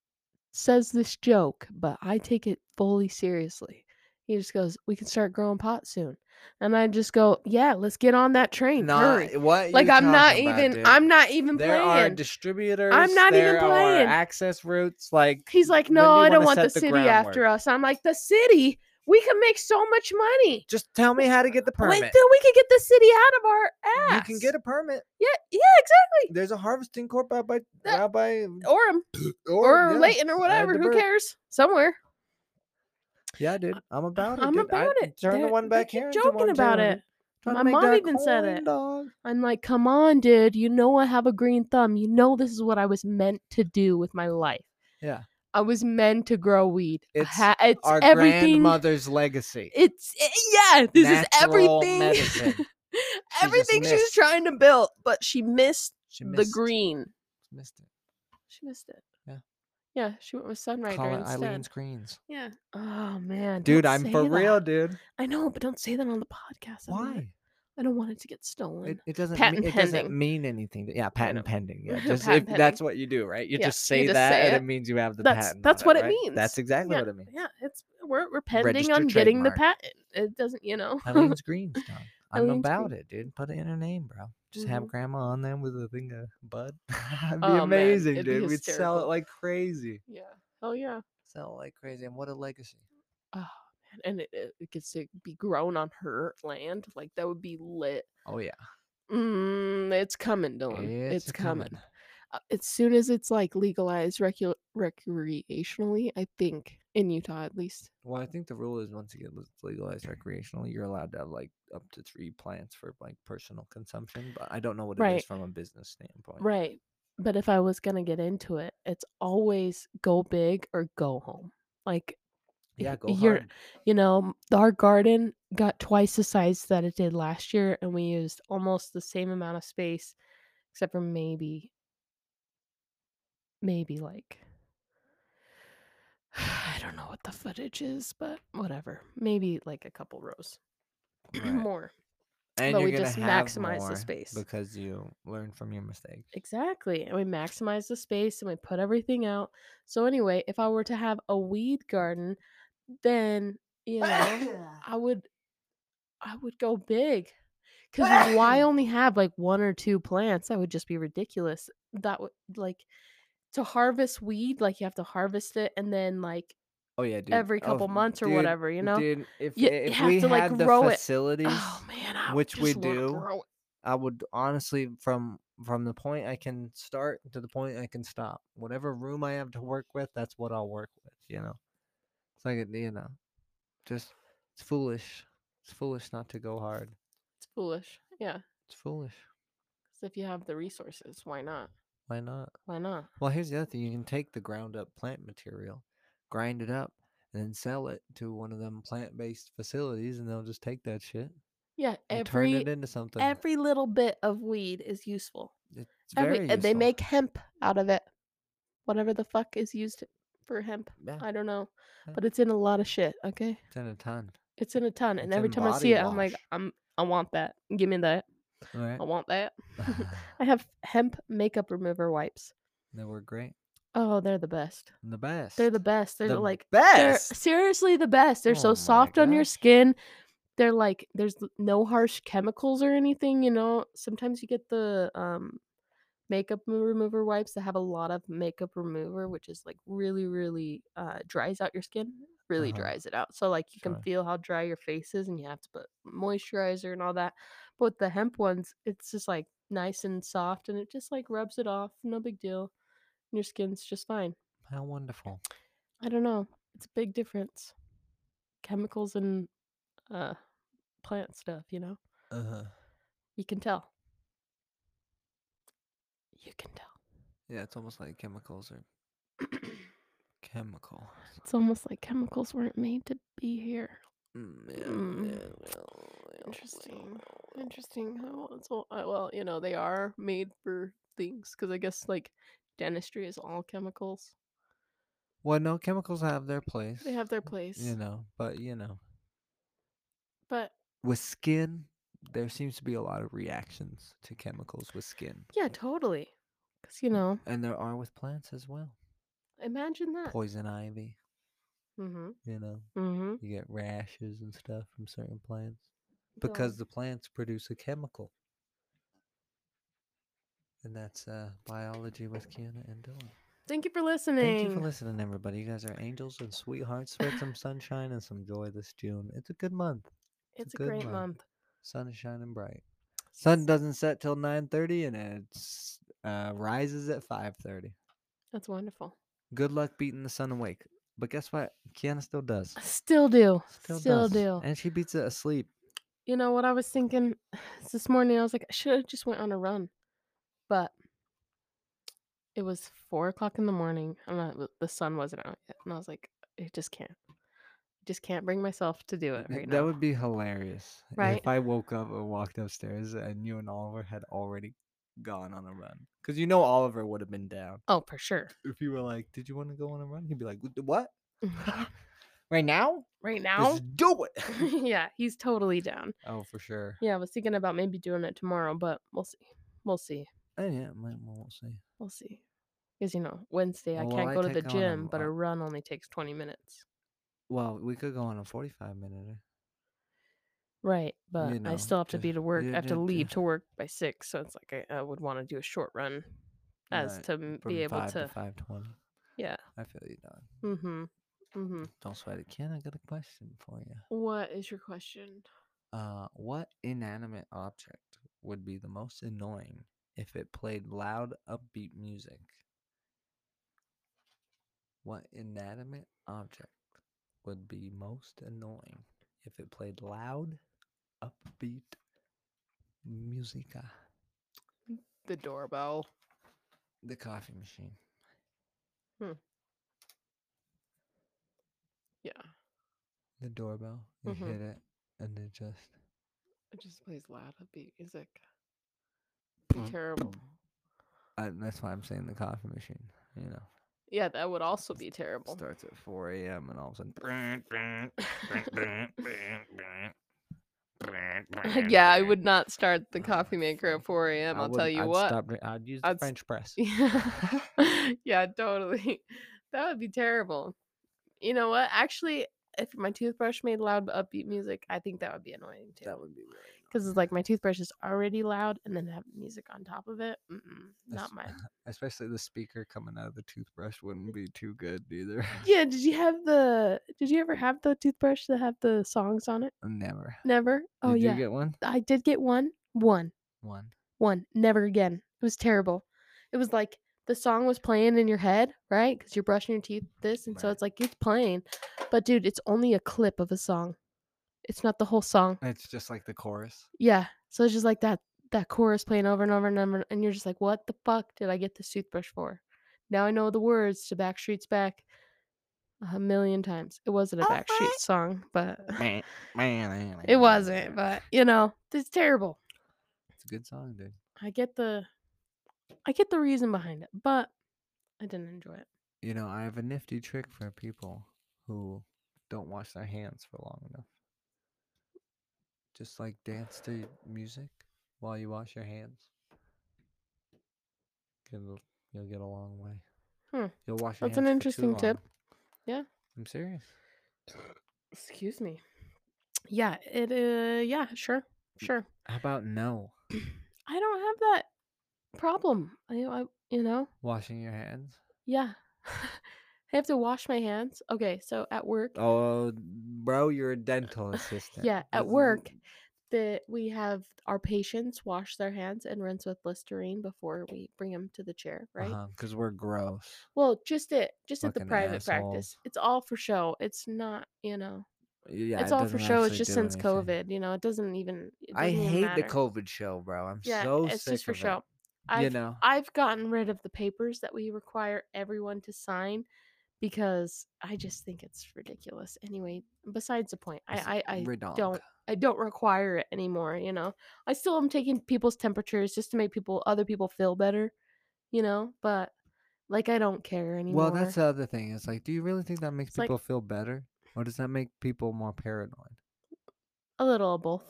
says this joke but i take it fully seriously he just goes we can start growing pot soon and i just go yeah let's get on that train
Nah,
hurry
what? you
like i'm not
talking about,
even
dude?
i'm not even
There are
playing
distributors.
not even
there are
playing.
access routes. Like
He's like,
when do
no,
you
I don't
wanna
want the
set the
city
groundwork?"
after us. I'm like, the city? We can make so much money.
just tell me how to get the
Wait
permit.
till we can get the city out of our
you
ass.
can get a permit.
yeah, yeah, exactly.
There's a harvesting corp out by
That-
out by
Or 'em,
or,
or
yeah.
Layton or whatever.
the
Who
bird.
cares? Somewhere.
Yeah, dude, I'm about it.
I'm
dude. I
about it.
Turn the
They're-
one
they
back
keep
here. into one,
Joking
turn
about
the one-
it.
trying to
My
make
mom
that
even said
coin,
it.
Dog.
I'm like, come on, dude. You know I have a green thumb. You know this is what I was meant to do with my life.
Yeah.
I was meant to grow weed. I
It's
ha- it's
Our
everything.
grandmother's legacy.
It's eh, yeah, this is
Natural
everything.
medicine. She just
everything she was
missed-
trying to build, but she missed,
she missed,
the green.
Missed it.
She missed it.
Yeah.
Yeah, she went with Sunrider
Call it
instead.
Eileen's greens.
Yeah. Oh man,
Dude,
don't
I'm
say
for real,
that.
dude.
I know, but don't say that on the podcast. I don't want it-
Why?
I don't want it to get
It,
stolen.
it doesn't
Patent
mean, it doesn't
pending.
mean anything. to- yeah, patent
know.
pending. Yeah, just
Patent
if that's what you do, right? You
Yeah,
just
you
say
just
that,
say
and
it.
it means you have the
That's-
patent.
that's
on
what
it
it
right?
means.
That's exactly what it means.
Yeah, it's we're we're pending on
Register
getting the
trademark.
patent. It doesn't, you know.
Eileen's greens, dog. I'm
Eileen's
about
Green.
it, dude. Put it in her name, bro. Just have
Mhm.
grandma on there with a thing of bud. It'd be
Oh, man,
amazing,
it'd be
dude. We'd sell it
hysterical.
like crazy.
yeah. Oh yeah. Oh,
Sell it like crazy. And what a legacy.
And it, it it gets to be grown on her land. Like that would be lit.
Oh yeah,
Mm, it's coming, Dylan. It's,
a
coming. Uh, As soon as it's like legalized recu- recreationally, I think in Utah at least.
Well, I think the rule is once you get le- legalized recreational, you're allowed to have like up to three plants for like personal consumption. But I don't know what it is
Right.
from a business standpoint.
Right. but if I was gonna get into it, it's always go big or go home. Like
Yeah, go
you're-
hard.
you know, our garden got twice the size that it did last year, and we used almost the same amount of space, except for maybe, maybe like, I don't know what the footage is, but whatever. Maybe like a couple rows
Right.
more.
And
but
you're
we
gonna
just
have
maximize the
more
space.
because you learn from your mistakes.
Exactly. And we maximize the space and we put everything out. So, anyway, if I were to have a weed garden, then, you know. I would I would go big. Cuz why only have like one or two plants? That would just be ridiculous. That would like to harvest weed, like you have to harvest it and then like
oh yeah, dude.
every
Oh,
couple months or
dude,
whatever, you know?
Dude, if eh,
You-
if
you have
we
to, like,
had the
grow it.
facilities,
Oh man, I would
which we
just wanna
do.
grow it.
I would honestly from from the point I can start to the point I can stop. Whatever room I have to work with, that's what I'll work with, you know. It's like it- you know, just it's foolish. It's foolish not to go hard.
It's foolish. Yeah.
It's foolish.
Cuz if you have the resources, why not?
Why not?
Why not?
Well, here's the other thing. You can take the ground up plant material, grind it up, and then sell it to one of them plant-based facilities and they'll just take that shit
Yeah,
and turn it
every
into something.
every little bit of weed is useful.
it's very
Every, uh, they
useful.
make hemp out of it. Whatever the fuck is used for hemp.
yeah,
I don't know,
Yeah.
but it's in a lot of shit. Okay,
it's in a ton.
it's in a ton, and
It's
every
in
time I
body
see it, I'm like,
wash.
I'm I want that. Give me that.
All right.
I want that. I have hemp makeup remover wipes.
they were great.
Oh, they're the best.
The best.
They're the best. They're
The
like they're
best.
seriously the best. They're
Oh
so
my
soft on your
gosh.
skin. They're like there's l- no harsh chemicals or anything, you know. Sometimes you get the um makeup mo- remover wipes that have a lot of makeup remover, which is like really really uh dries out your skin. Really
Uh-huh.
dries it out. So like you
Sure.
can feel how dry your face is and you have to put moisturizer and all that. But with the hemp ones, it's just like nice and soft and it just like rubs it off. No big deal. And your skin's just fine.
How wonderful.
I don't know. It's a big difference. Chemicals and uh plant stuff, you know?
Uh-huh.
You can tell. You can tell.
Yeah, it's almost like chemicals are chemical.
It's almost like chemicals weren't made to be here.
Mm,
Mm.
yeah, well, well,
Interesting.
well, well.
Interesting how it's all uh, well, you know, they are made for things cuz I guess like dentistry is all chemicals.
Well, no, chemicals have their place.
They have their place.
You know, but you know,
But
with skin, there seems to be a lot of reactions to chemicals with skin,
yeah, totally. Cuz you know,
and there are with plants as well.
imagine that.
Poison ivy.
Mhm.
You know,
Mhm.
you get rashes and stuff from certain plants
Go
because
on.
the plants produce a chemical. And that's uh, biology with Kiana and Dylan.
Thank you for listening.
Thank you for listening, everybody. You guys are angels and sweethearts. Spread some sunshine and some joy this June. It's a good month.
It's a
good
great
month.
month.
Sun is shining bright. Sun doesn't set till 9:30 and it uh, rises at 5:30.
That's wonderful.
Good luck beating the sun awake. But guess what? Kiana still does.
Still do. Still,
Still, does.
do.
And she beats it asleep.
You know what I was thinking is this morning? I was like, I should have just went on a run, but it was four o'clock in the morning. I'm not. w- The sun wasn't out yet, and I was like, I just can't. Just can't bring myself to do it
Th-
right
that
now.
would be hilarious.
Right?
If I woke up and walked upstairs and you and Oliver had already gone on a run. Because you know Oliver would have been down.
oh, for sure.
If you were like, Did you want to go on a run? He'd be like, "Wh- What?
Right now?
right
Let's
now.
do it.
yeah, he's totally down.
oh, for sure.
Yeah, I was thinking about maybe doing it tomorrow, but we'll see. We'll see.
Oh, yeah, might we'll see.
We'll see. Because you know, Wednesday I
Well,
can't
I
go to the
take on a
gym,
m-
but
I-
a run only takes twenty minutes.
Well, we could go on a forty-five minute.
Right, but I
know,
still have to be
just-
to work.
yeah,
I have to
yeah,
leave
yeah.
to work by six, so it's like I, I would want to do a short run, as
Right,
to m-
from
be able
five
to.
five twenty.
Yeah.
I feel you, Don.
Mm-hmm. Mm-hmm.
Don't sweat it, Ken. I got a question for you.
What is your question?
Uh, what inanimate object would be the most annoying if it played loud, upbeat music? What inanimate object would be most annoying if it played loud, upbeat musica?
The doorbell.
The coffee machine.
Yeah.
The doorbell. You
Mhm.
hit it and it just
It just plays loud upbeat music.
Boom,
Terrible.
boom. I, uh, that's why I'm saying the coffee machine. You know.
Yeah, that would also be terrible.
Starts at four AM and all of a sudden
yeah, I would not start the coffee maker at 4 a.m.
I
I'll tell
wouldn't-
you
I'd
what.
Stop, drink- I'd use the
I'd s-
French press.
Yeah. yeah, totally. That would be terrible. You know what? Actually, if my toothbrush made loud upbeat music, I think that would be annoying too.
would be really
Because it's like my toothbrush is already loud and then have music on top of it. Mm-mm, not
That's-
mine.
especially the speaker coming out of the toothbrush wouldn't be too good either.
Yeah, did you have the did you ever have the toothbrush that had the songs on it?
Never.
Never? Oh
Did
yeah.
you get one?
I did get one. One.
One.
One. Never again. It was terrible. It was like the song was playing in your head, right? Because you're brushing your teeth this and so
Right.
it's like it's playing. But dude, it's only a clip of a song. It's not the whole song.
It's just like the chorus.
Yeah. So it's just like that that chorus playing over and over and over, and you're just like, what the fuck did I get this toothbrush for? Now I know the words to Backstreet's Back a million times. It wasn't a
Alright.
Backstreet song, but
Man,
it wasn't. But you know, it's terrible.
it's a good song, dude.
I get the, I get the reason behind it, but I didn't enjoy it.
You know, I have a nifty trick for people who don't wash their hands for long enough. Just like dance to music while you wash your hands. Get a- You'll get a long way.
Hmm.
You'll wash your
That's an
hands for too
interesting tip.
long.
Yeah.
I'm serious.
Excuse me. Yeah. It. Uh, yeah. Sure. Sure.
How about no
I don't have that problem. I. I you know.
washing your hands?
Yeah. I have to wash my hands. Okay, so at work,
Oh, bro, you're a dental assistant.
Yeah, at
That's n-
work. the, we have our patients wash their hands and rinse with Listerine before we bring them to the chair, right?
Because we're gross.
Well, just at just at the
Uh-huh. Fucking
private
assholes.
practice. It's all for show. It's not, you know.
Yeah,
it's
it
all for
doesn't
show. It's
actually
just
do
since
anything.
COVID, you know. It doesn't even. It
I
doesn't even
hate the
matter.
COVID show, bro. I'm
Yeah,
so
it's
sick
just for
of it.
show. I've
you know,
I've gotten rid of the papers that we require everyone to sign because I just think it's ridiculous. Anyway, besides the point,
It's
I I, I
redonk.
don't I don't require it anymore. You know, I still am taking people's temperatures just to make people other people feel better. You know, but like I don't care
Well,
anymore.
that's the other thing. It's like, do you really think that makes
It's like-
people feel better, or does that make people more paranoid?
a little of both.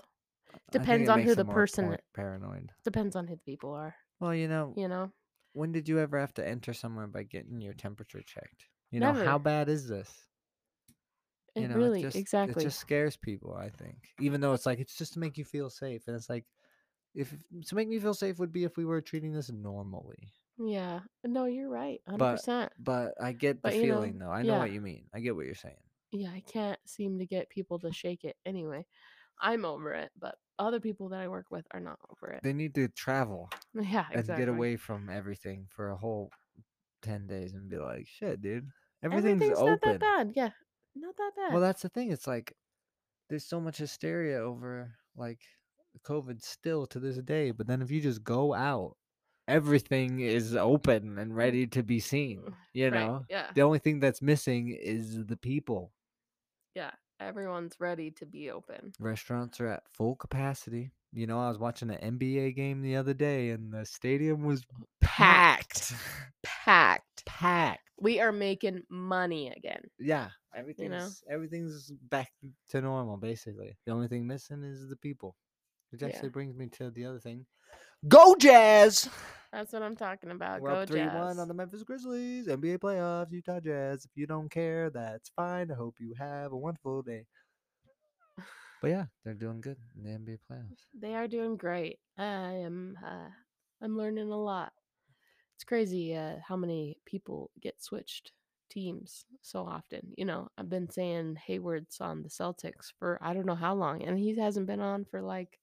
I think
Depends
it
on
makes
who
them
the
more
person
por-
i-
Paranoid.
Depends on who the people are.
Well, you know,
You know,
when did you ever have to enter somewhere by getting your temperature checked? You know, how
Never.
bad is this?
it
you know,
really
it just,
exactly.
It just scares people, I think. Even though it's like it's just to make you feel safe, and it's like if to make me feel safe would be if we were treating this normally.
yeah. No, you're right. Hundred
But-
percent.
But I get the
But, you know,
feeling though. I know
yeah.
what you mean. I get what you're saying.
yeah, I can't seem to get people to shake it anyway. I'm over it, but other people that I work with are not over it.
They need to travel
yeah, exactly.
and get away from everything for a whole ten days and be like, shit, dude, everything's,
not
open.
that bad. Yeah, not that bad.
Well, that's the thing. It's like there's so much hysteria over like COVID still to this day. But then if you just go out, everything is open and ready to be seen. You
Mm. Right,
know,
Yeah,
the only thing that's missing is the people.
yeah. Everyone's ready to be open.
Restaurants are at full capacity. You know, I was watching an NBA game the other day, and the stadium was packed.
Oh, packed.
packed.
We are making money again.
Yeah, everything's everything's back to normal basically. The only thing missing is the people, which
Yeah.
actually brings me to the other thing. Go Jazz!
That's what I'm talking about.
We're
Uh, Go
up three
Jazz.
one on the Memphis Grizzlies NBA playoffs. Utah Jazz. If you don't care, that's fine. I hope you have a wonderful day. But yeah, they're doing good in the NBA playoffs.
They are doing great. I am. Uh, I'm learning a lot. It's crazy uh, how many people get switched teams so often. You know, I've been saying Hayward's on the Celtics for I don't know how long, and he hasn't been on for like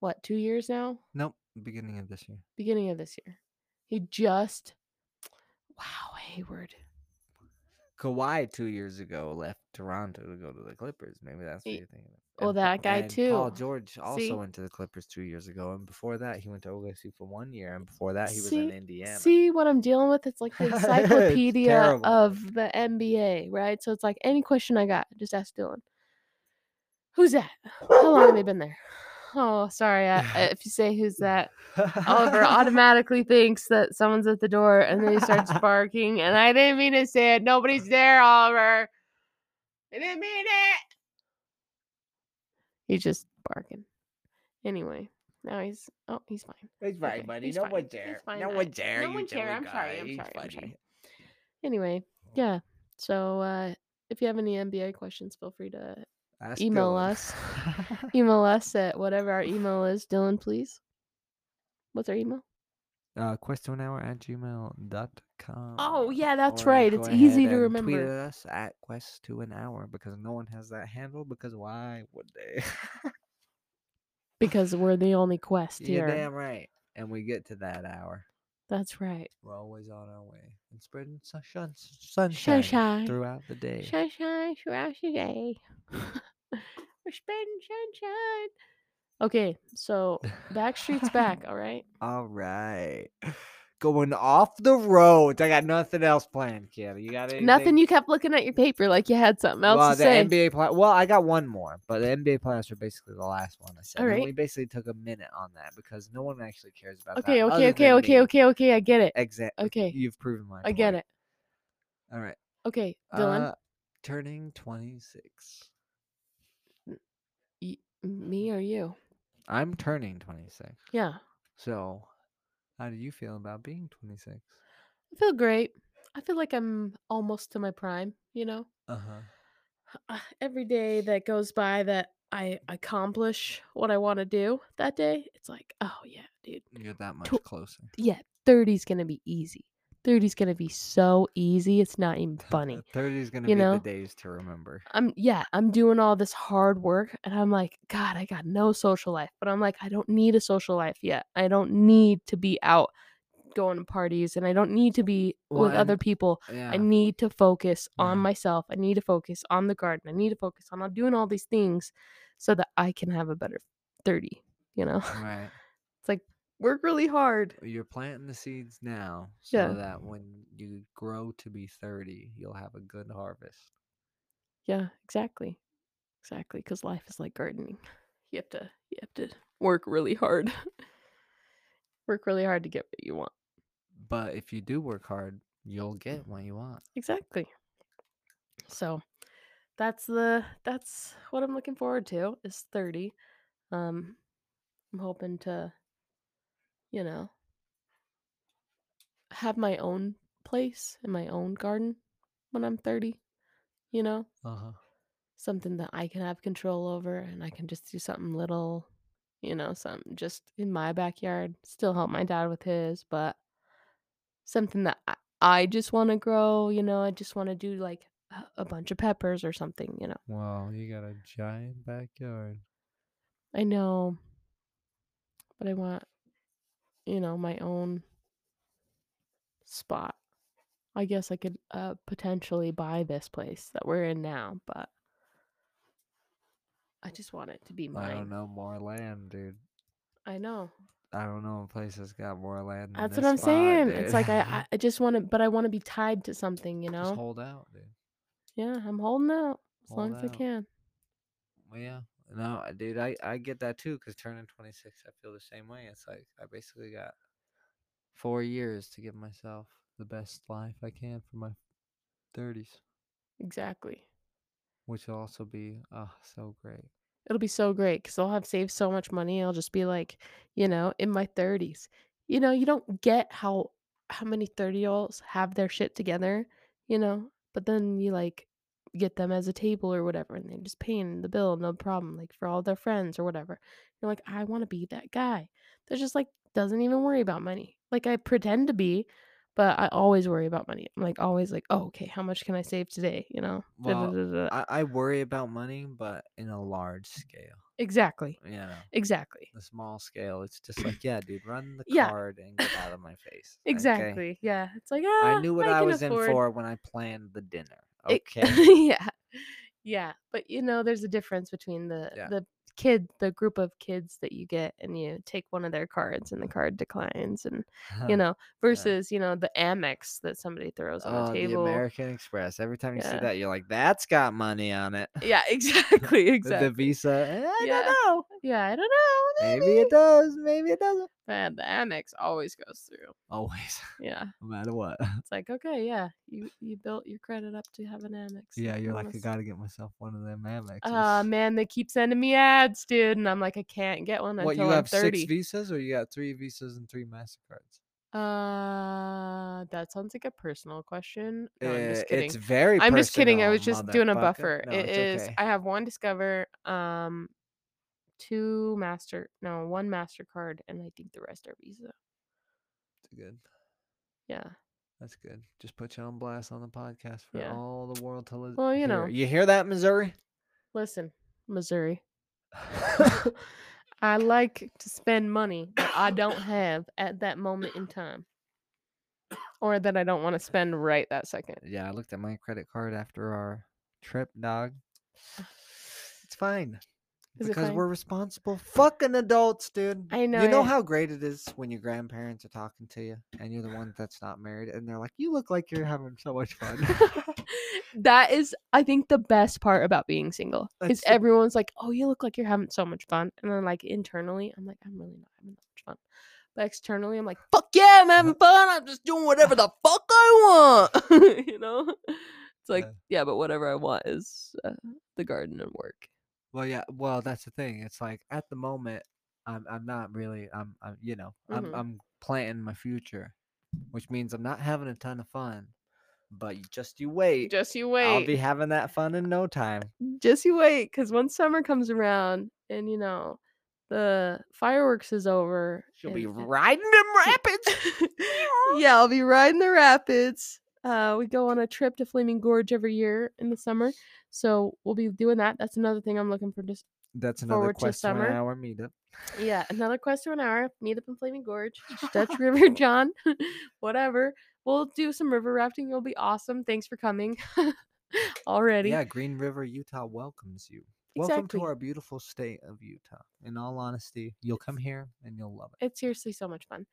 what two years now.
Nope, beginning of this year.
Beginning of this year, he just. Wow, Hayward.
Kawhi two years ago left Toronto to go to the Clippers. Maybe that's what
Y-
you're thinking. of.
well,
And
that guy
and Paul
too.
George also
See?
went to the Clippers two years ago, and before that he went to OKC for one year, and before that he was
See?
in Indiana.
See what I'm dealing with? It's like the
It's
encyclopedia
terrible.
of the NBA, right? So it's like any question I got, just ask Dylan. Who's that? How long have they been there? Oh, sorry. I, I- if you say who's that, Oliver automatically thinks that someone's at the door and then he starts barking. And I didn't mean to say it. Nobody's there, Oliver. I didn't mean it. He's just barking. Anyway, now he's, oh, he's fine.
He's fine,
okay,
buddy.
he's
no
fine,
one
he's
dare.
fine,
No
I-
one dare.
no
you
one dare,
silly
I'm sorry,
guy,
I'm
he's
sorry, I'm sorry.
funny.
anyway, yeah. So uh, if you have any NBA questions, feel free to
Ask
Email
Dylan.
us. email us at whatever our email is. Dylan, please. What's our email?
uh, questionhour at gmail.com.
Oh, yeah, that's
Or
right.
go
It's
ahead
easy to
and
remember.
Tweet at us at quest to an hour because no one has that handle. Because why would they?
Because we're the only quest
You're
here.
damn right. And we get to that hour.
That's right.
We're always on our way and spreading sunshine, sunshine
Sunshine.
throughout the day.
Sunshine throughout the day. we're spending sunshine. Okay, so Backstreet's back, all right?
All right.
Going off the roads. I got nothing else planned, kid. You got anything?
Nothing. You kept looking at your paper like you had something else
well,
to
the
say.
NBA pla- Well, I got one more, but the NBA playoffs were basically the last one I said.
All
and
right.
We basically took a minute on that because no one actually cares about
okay,
that.
okay, okay, okay, okay, okay. I get it.
Exactly.
Okay.
You've proven my.
I get it.
All right.
Okay, Dylan.
Uh, turning 26.
Me or you?
I'm turning 26.
Yeah.
So, how do you feel about being 26?
I feel great. I feel like I'm almost to my prime, you know?
Uh huh.
Uh, Every day that goes by that I accomplish what I want to do that day, it's like, oh yeah, dude.
You're that much
Tw-
closer.
Yeah, 30's going to be easy. 30's going to be so easy. It's not even funny.
30 is going to
you
be
know?
the days to remember.
I'm yeah, I'm doing all this hard work and I'm like, God, I got no social life. But I'm like, I don't need a social life yet. I don't need to be out going to parties and I don't need to be
Well,
with other
and-
people
Yeah.
I need to focus on
Yeah.
myself. I need to focus on the garden. I need to focus on uh, doing all these things so that I can have a better 30. You know,
right.
work really hard.
You're planting the seeds now so
Yeah.
that when you grow to be 30, you'll have a good harvest.
Yeah, exactly. Exactly. Because life is like gardening. You have to, you have to work really hard. work really hard to get what you want.
But if you do work hard, you'll get what you want.
Exactly. So that's the, that's what I'm looking forward to is 30. Um, I'm hoping to, you know, have my own place and my own garden when I'm 30, you know,
Uh huh.
something that I can have control over and I can just do something little, you know, something just in my backyard. Still help my dad with his, but something that I, I just want to grow, you know, I just want to do like a, a bunch of peppers or something, you know.
Well, you got a giant backyard.
I know, but I want, you know, my own spot. I guess I could uh, potentially buy this place that we're in now, but I just want it to be mine.
I don't know more land, dude.
I know.
I don't know a place that's got more land. Than
That's
this
what I'm
spot,
saying. It's
dude.
like I, I- I just want to, but I want to be tied to something, you know?
just hold out, dude.
yeah, I'm holding out as long
hold
as I
out.
can.
Well, yeah, no, I- dude, I I get that too. Cause turning 26, I feel the same way. It's like I basically got four years to give myself the best life I can for my 30s,
Exactly.
which will also be oh so great.
It'll be so great because I'll have saved so much money. I'll just be like, you know, in my 30s. You know, you don't get how how many 30 year olds have their shit together, you know, but then you like get them as a table or whatever and they're just paying the bill, no problem, like for all their friends or whatever. You're like, I want to be that guy that just like doesn't even worry about money. Like I pretend to be, but I always worry about money. I'm like always like, oh, okay, how much can I save today? You know? Da, da,
Well,
da, da, da.
I I worry about money, but in a large scale.
exactly.
You know,
Exactly.
the small scale. It's just like yeah, dude, run the
Yeah.
card and get out of my face. okay?
Exactly. Yeah. It's like ah,
I knew what I,
can
was
afford.
in for when I planned the dinner.
It-
Okay.
yeah. Yeah. But you know, there's a difference between the
Yeah.
the kid, the group of kids that you get and you take one of their cards and the card declines and you know, versus, you know, the Amex that somebody throws on
Oh,
the
the
table.
American Express. Every time you see
Yeah.
that, you're like, "That's got money on it."
yeah, exactly.
The-
Exactly.
The Visa. eh, I
Yeah.
don't know.
yeah, I don't know.
Maybe it does. Maybe it doesn't.
Man, the Amex always goes through.
Always,
Yeah.
no matter what.
It's like, okay, yeah, you you built your credit up to have an Amex.
Yeah, you're like, I
almost-
gotta get myself one of them Amexes.
Ah, man, they keep sending me ads, dude, and I'm like, I can't get one
what you
until I'm
have six
30.
visas, or you got three visas and three Mastercards?
uh, that sounds like a personal question. No, I'm
Uh,
just kidding.
It's very.
I'm just kidding. I
personal,
was just doing a
motherfucker.
buffer.
No,
it
it's
is.
okay.
I have one Discover, um, two Master, no, one Mastercard, and I think the rest are Visa.
It's good.
Yeah.
That's good. Just put you on blast on the podcast
for Yeah.
all the world to listen.
Well, you
Hear-
know,
You hear that, Missouri?
listen, Missouri. I like to spend money that I don't have at that moment in time. Or that I don't want to spend right that second.
Yeah, I looked at my credit card after our trip, dog.
It's fine.
Is it
because
fine?
we're responsible fucking adults, dude.
I know
You know
it.
how great it is when your grandparents are talking to you and you're the one that's not married and they're like, you look like you're having so much fun.
that is, I think, the best part about being single
That's
is
the-
everyone's like, "Oh, you look like you're having so much fun," and then like internally, I'm like, "I'm really not having that much fun," but externally, I'm like, "Fuck yeah, I'm having fun. I'm just doing whatever the fuck I want," you know. It's like,
Yeah.
yeah, but whatever I want is uh, the garden and work.
Well, yeah. Well, that's the thing. It's like at the moment, I'm I'm not really I'm I'm you know I'm
Mhm.
I'm planting my future, which means I'm not having a ton of fun.
but you just you wait.
Just you
I'll
wait.
be having that fun in no time.
just you wait because once summer comes around and you know the fireworks is over
She'll be
and- uh, and-
riding them rapids.
yeah i'll be riding the rapids uh, we go on a trip to flaming gorge every year in the summer so we'll be doing that that's another thing i'm looking for just
That's another
Forward to
question.
summer.
Our meetup.
yeah another quest to an hour meet up in flaming gorge dutch river john whatever we'll do some river rafting it'll be awesome thanks for coming already
Yeah, Green River, Utah welcomes you. Welcome
Exactly.
to our beautiful state of Utah. In all honesty, you'll come here and you'll love it.
it's seriously so much fun.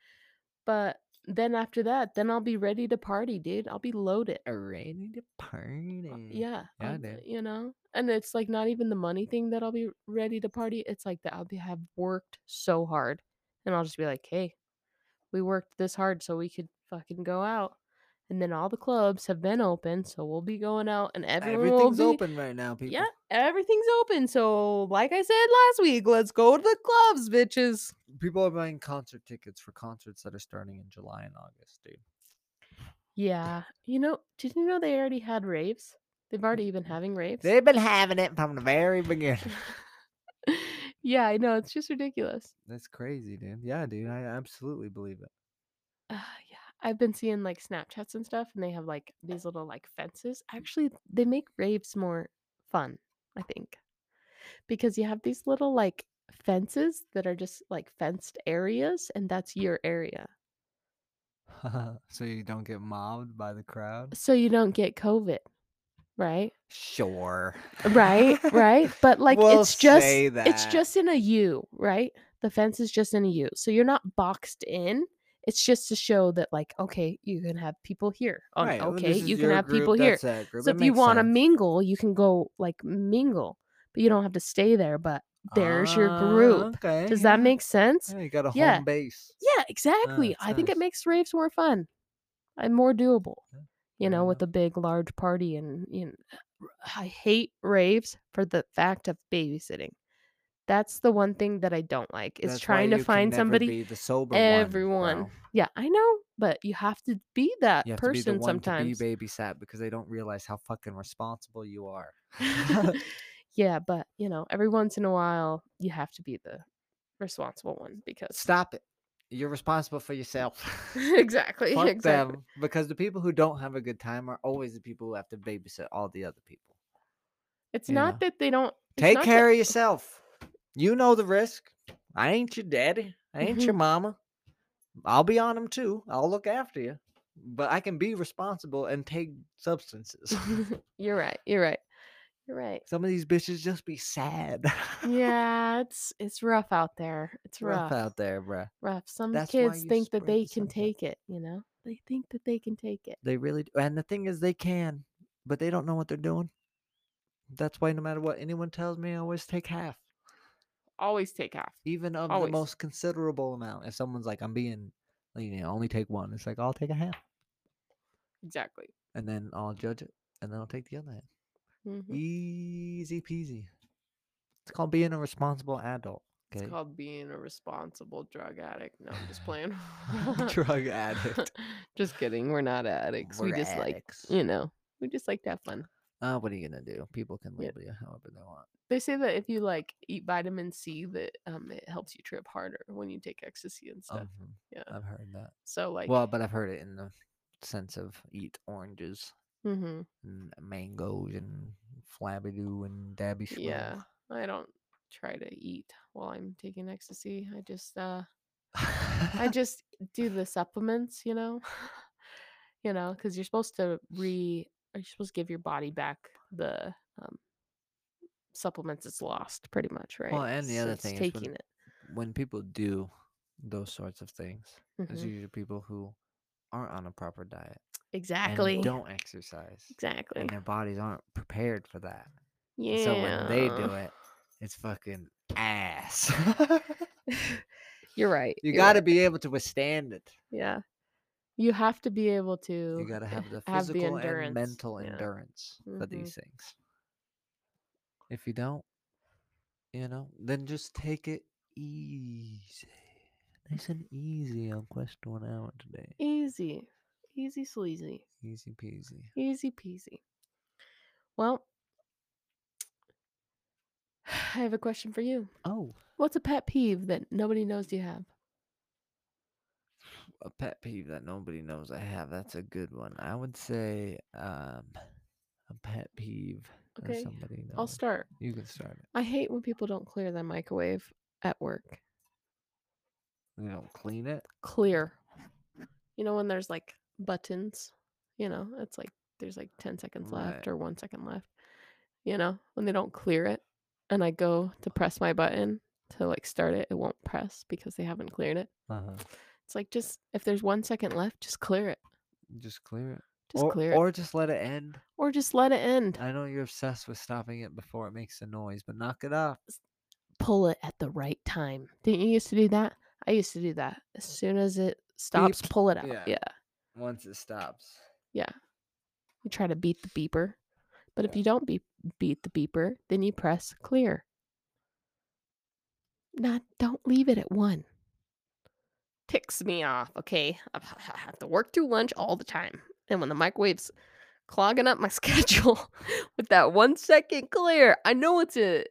But then after that, then I'll be ready to party, dude. I'll be loaded.
Ready to party.
Mm, Yeah.
Uh, Yeah,
I'll-
dude.
You know? And it's like not even the money thing that I'll be ready to party. It's like that I'll be have worked so hard. And I'll just be like, hey, we worked this hard so we could fucking go out. And then all the clubs have been open, so we'll be going out and everyone will
Everything's
be-
open right now, people.
Yeah, everything's open. So like I said last week, let's go to the clubs, bitches.
People are buying concert tickets for concerts that are starting in July and August, dude.
Yeah. You know, did you know they already had raves? They've already been having raves.
They've been having it from the very beginning.
yeah, I know. It's just ridiculous.
That's crazy, dude. Yeah, dude. I absolutely believe it.
Uh, yeah. I've been seeing like Snapchats and stuff, and they have like these little like fences. Actually, they make raves more fun, I think, because you have these little like fences that are just like fenced areas, and that's your area.
so you don't get mobbed by the crowd?
So you don't get COVID, right?
Sure.
right right but like
We'll
it's just
say
it's
that.
just in a u right the fence is just in a u so you're not boxed in it's just to show that like okay you can have people here on
Right, well,
okay
this is
you can
your
have
group,
people here
that's that group,
so
it
if you
makes
want to
sense.
mingle you can go like mingle but you don't have to stay there but there's your group
Ah, okay,
does
yeah.
that make sense
Yeah, you got a
Yeah.
home base.
yeah exactly
it's
i think it
nice.
makes raves more fun and more doable
Yeah,
you
fair
know, with
enough.
a big, large party. And you know, I hate raves for the fact of babysitting. That's the one thing that I don't like is
That's why
trying
you
to
can
find
never
somebody.
be the sober one,
everyone.
bro.
yeah, I know, but you have to be that
You have
person
to be the one
sometimes.
to be babysat because they don't realize how fucking responsible you are.
yeah, but you know, every once in a while, you have to be the responsible one because
Stop it. You're responsible for yourself.
exactly,
Fuck
exactly.
them. Because the people who don't have a good time are always the people who have to babysit all the other people.
It's
you
not
know.
that they don't it's
Take
not that-
care of yourself. You know the risk.
Mm-hmm.
I ain't your daddy. I ain't your mama. I'll be on them too. I'll look after you.
but I can be responsible and take substances.
you're right. You're right. You're right.
Some of these bitches just be sad.
Yeah, it's it's rough out there. Mm, It's
rough
rough.
out there, bruh.
rough. Some
That's why
kids
you
think that
spread
they
the
can
sunlight.
take it, you know? They think that they can take it.
They really do. And the thing is, they can, but they don't know what they're doing. That's why no matter what anyone tells me, I always take half,
Always take half.
even of
Always.
the most considerable amount. If someone's like, I'm being, like, you know, only take one, it's like, I'll take a half.
Exactly.
And then I'll judge it. And then I'll take the other half.
Mm-hmm.
Easy peasy. It's called being a responsible adult.
It's
Okay.
called being a responsible drug addict. No, I'm just playing.
Drug addict.
just kidding. We're not addicts. we
We're
just
addicts.
like, you know, we just like to have fun.
Uh, what are you gonna do? People can
Yeah.
label you however they want.
They say that if you like eat vitamin C, that um it helps you trip harder when you take ecstasy and stuff.
Mhm.
yeah.
I've heard that.
so like,
well, but I've heard it in the sense of eat oranges
hmm
and mangoes and flabadoo and dabby shmoo.
yeah, I don't try to eat while I'm taking ecstasy. I just uh I just do the supplements, you know, you know, because you're supposed to re, or you're supposed to give your body back the um, supplements it's lost, pretty much, right?
Well, and the other
Since
thing is when-
taking it.
when people do those sorts of things, it's
Mhm.
usually people who aren't on a proper diet
Exactly.
and don't exercise,
exactly.
and their bodies aren't prepared for that.
Yeah.
And So when they do it, it's fucking ass.
you're right.
you
you're
got to
right,
be able to withstand it.
Yeah. You have to be able to.
You got to have the
have the
physical
endurance,
and mental
yeah.
endurance for
Mhm.
these things. If you don't, you know, then just take it easy. Nice and easy on quest one hour today.
Easy. Easy sleazy.
Easy peasy.
Easy peasy. Well, I have a question for you.
Oh,
What's a pet peeve that nobody knows you have?
a pet peeve that nobody knows I have. That's a good one. I would say um a pet peeve
Okay,
that somebody knows.
I'll start.
You can start it.
I hate when people don't clear their microwave at work.
You don't clean it.
Clear. You know, when there's like buttons, you know, it's like there's like 10 seconds left
Right.
or one second left, you know, when they don't clear it and I go to press my button to like start it, it won't press because they haven't cleared it.
Uh-huh.
It's like just if there's one second left, just clear it.
Just clear it.
Just
or,
clear it.
or just let it end.
Or just let it end.
I know you're obsessed with stopping it before it makes a noise, but knock it off.
pull it at the right time. Didn't you used to do that? I used to do that. As soon as it stops,
Beep.
pull it out. Yeah.
Yeah. Once it stops,
You try to beat the beeper. But if you don't beep, beat the beeper, then you press clear. Not don't leave it at one. Ticks me off. Okay. I have to work through lunch all the time. And when the microwave's clogging up my schedule with that one second clear, I know it's a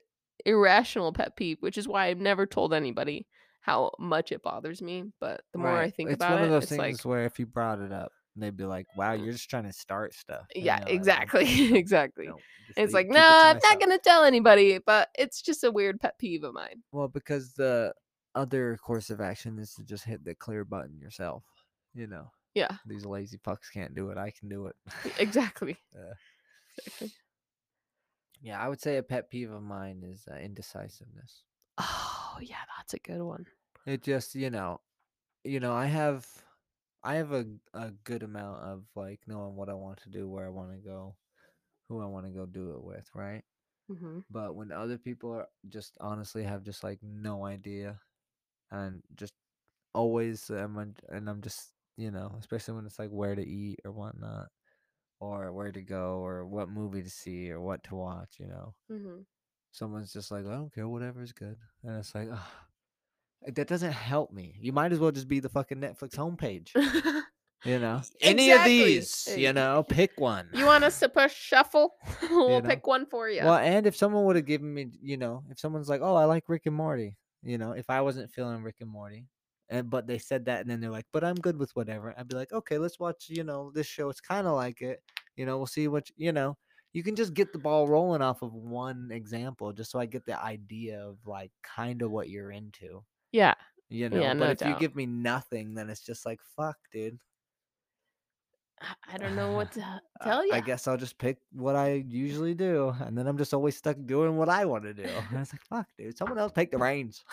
irrational pet peeve, which is why I've never told anybody how much it bothers me. But the more I
Right.
think
it's
about
one
it,
of those
it's
things
like
where if you brought it up, they'd be like, "Wow, you're just trying to start stuff." And
Yeah,
you're like,
exactly.
"Nope,
exactly.
nope, just
And it's
leave-
like,
keep it
no,
to
I'm not
myself."
gonna tell anybody, but it's just a weird pet peeve of mine.
Well, because the other course of action is to just hit the clear button yourself. You know,
Yeah, E,
these lazy fucks can't do it. I can do it.
exactly.
Yeah.
Exactly.
yeah, I would say a pet peeve of mine is uh, indecisiveness.
Oh yeah, that's a good one.
it just you know you know i have i have a, a good amount of like knowing what i want to do where i want to go who i want to go do it with right
Mm-hmm.
but when other people are just honestly have just like no idea and just always am un- and i'm just you know especially when it's like where to eat or whatnot or where to go or what movie to see or what to watch you know
Mm-hmm.
someone's just like, I don't care, whatever's good. And it's like, "Ugh, that doesn't help me. You might as well just be the fucking Netflix homepage.
mm-hmm.
You know? Any of
Exactly.
these,
Ex-
you know, pick one.
you want us to push shuffle? we'll
You know?
pick one for you.
Well, and if someone would have given me, you know, if someone's like, oh, I like Rick and Morty, you know, if I wasn't feeling Rick and Morty, and but they said that and then they're like, but I'm good with whatever, I'd be like, okay, let's watch, you know, this show. It's kind of like it. You know, we'll see what, you know, you can just get the ball rolling off of one example just so I get the idea of like kind of what you're into,
Yeah,
you know.
Yeah,
but
no
if
doubt.
you give me nothing, then it's just like, fuck, dude.
I- I don't know what to
I-
tell you.
Uh, I guess I'll just pick what I usually do, and then I'm just always stuck doing what I want to do. And it's like, fuck, dude, someone else take the reins,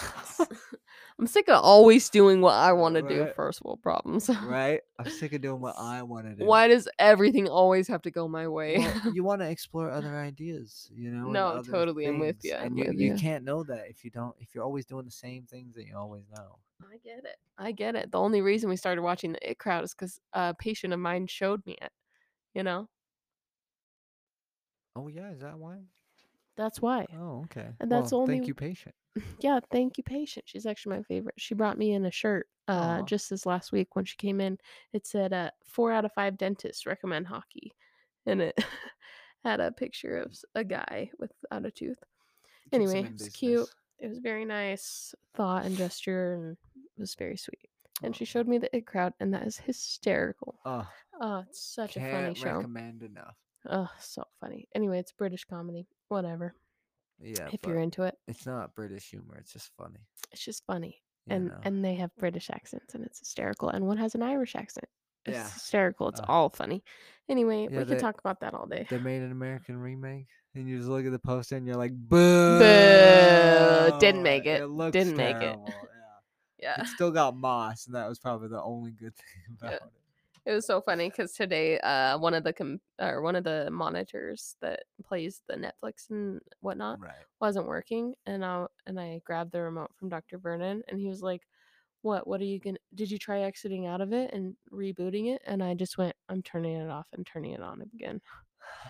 I'm sick of always doing what I want to do.
Right.
First world problems.
right? I'm sick of doing what I want to do.
Why does everything always have to go my way?
Well, you want to explore other ideas, you know? and
No,
other
totally, I'm with
things,
ya, I'm
and you,
with
you
ya.
can't know that if you don't, if you're always doing the same things that you always know.
I get it. I get it. The only reason we started watching the It Crowd is because a patient of mine showed me it. You know,
Oh yeah, is that why?
that's why.
Oh okay.
And that's
well,
only-
Thank you, patient.
yeah, thank you, patient. She's actually my favorite. She brought me in a shirt uh,
Aw.
just this last week when she came in. It said uh, four out of five dentists recommend hockey, and it had a picture of s- a guy without a tooth.
Keeps 'em
Anyway,
in
it's cute.
business.
It was very nice thought and gesture, and it was very sweet. And she
Aw.
showed me the It Crowd, and that is hysterical.
Oh,
Oh, it's such a funny
can't
show.
recommend enough.
Oh, so funny. Anyway, it's British comedy. Whatever.
Yeah,
if
but
you're into it,
it's not British humor. It's just funny.
it's just funny.
you
and
know?
and they have British accents, and it's hysterical. And one has an Irish accent. It's
Yeah.
hysterical. It's
Ugh.
all funny. Anyway,
Yeah,
we could
they-
talk about that all day.
they made an American remake, and you just look at the poster and you're like, boo,
Didn't make it.
It looks
Didn't make it."
terrible, Yeah.
Yeah,
It still got moss, and that was probably the only good thing
Yeah.
about it.
it was so funny because today, uh, one of the com- or one of the monitors that plays the Netflix and whatnot
Right.
wasn't working, and I and I grabbed the remote from Dr. Vernon, and he was like. What? What are you gonna? Did you try exiting out of it and rebooting it? And I just went. I'm turning it off and turning it on again.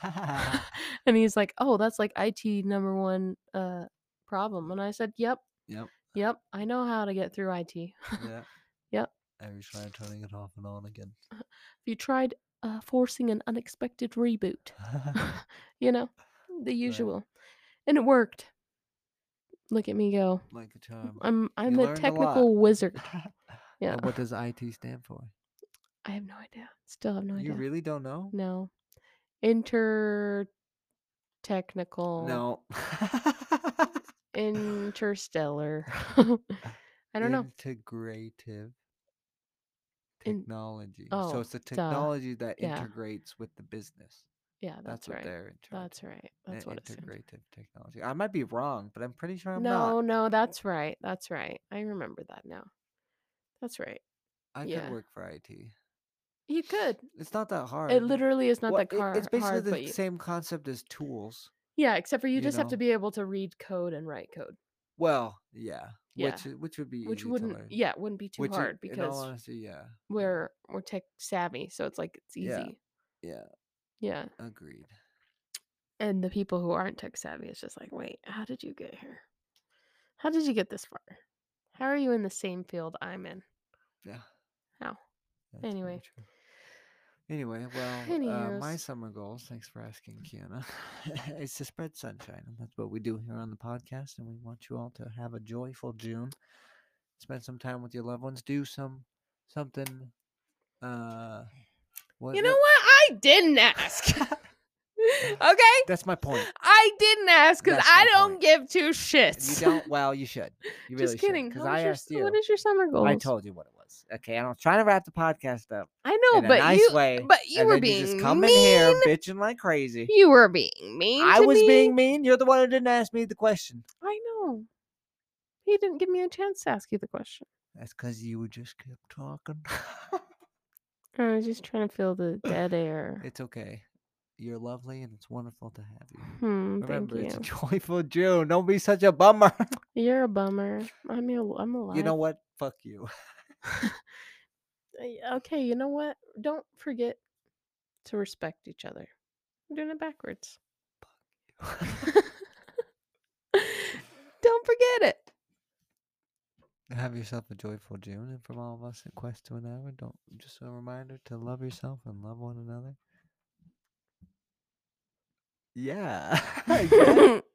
and he's like, "Oh, that's like IT number one uh problem." And I said, "Yep,
Yep.
yep, I know how to get through IT.
Yeah.
Yep.
Every try turning it off and on again.
If you tried uh, forcing an unexpected reboot, you know, the usual, and it worked. Look at me go.
like a charm.
I'm I'm
Um, learned
a
a lot.
technical wizard. Yeah,
And what does IT stand for?
I have no idea. Still have no
you
idea.
really don't know?
no, inter technical
No.
interstellar. I don't know.
Integrative
In-
technology.
oh,
so it's the
duh.
technology that
yeah.
integrates with the business.
Yeah,
That's,
that's,
what
right.
they're in charge
That's
of,
right.
an
That's what it's.
integrative technology. I might be wrong, but I'm pretty sure I'm
no,
not. Oh.
no, that's right. That's right. I remember that now. That's right.
I
yeah.
could work for IT.
You could.
It's not that hard.
It literally is not
Well,
that
it-
car-
It's basically
hard,
the
but you,
same concept as tools.
yeah, except for you,
you
just have to
know.
be able to read code and write code,
Well, yeah.
Yeah.
Which which would be
which
easy
wouldn't,
to learn.
yeah, wouldn't be too
Which i-
hard
in all
because
honesty, yeah.
we're we're tech savvy, so it's like it's easy.
Yeah. Yeah.
Yeah.
Agreed.
and the people who aren't tech savvy is just like, wait, how did you get here? How did you get this far? How are you in the same field I'm in?
Yeah.
How?
That's very
Anyway.
true. Anyway, well, uh, my
Anyhows.
summer goals, thanks for asking, Kiana, is to spread sunshine. And that's what we do here on the podcast. And we want you all to have a joyful June. Spend some time with your loved ones. Do some, something. Uh, what,
You
no-
know what? I didn't ask. okay?
That's my point.
I didn't ask because
That's
I
my
don't
point.
give two
You
shits.
don't, well, you should. You really
Just kidding.
Because
How was
I
your,
asked you.
What is your summer goals?
I told you what it was. Okay, and I'm trying to wrap the podcast up.
I know,
in a
but
nice
you,
way,
but you
and
were
then
being
you just come
mean.
in here bitching like crazy.
You were being mean.
I
to
was
me.
being mean. You're the one who didn't ask me the question.
I know. He didn't give me a chance to ask you the question.
That's because you just kept talking.
I was just trying to feel the dead air.
it's okay. You're lovely, and it's wonderful to have you.
Hmm.
Remember,
thank
it's a
you.
joyful June. Don't be such a bummer.
You're a bummer. I'm a, I'm alive.
you know what? Fuck you.
Uh, Okay. You know what? Don't forget to respect each other. I'm doing it backwards. Don't forget it.
have yourself a joyful June, and from all of us at Quest to an Hour, don't just a reminder to love yourself and love one another. Yeah. I guess.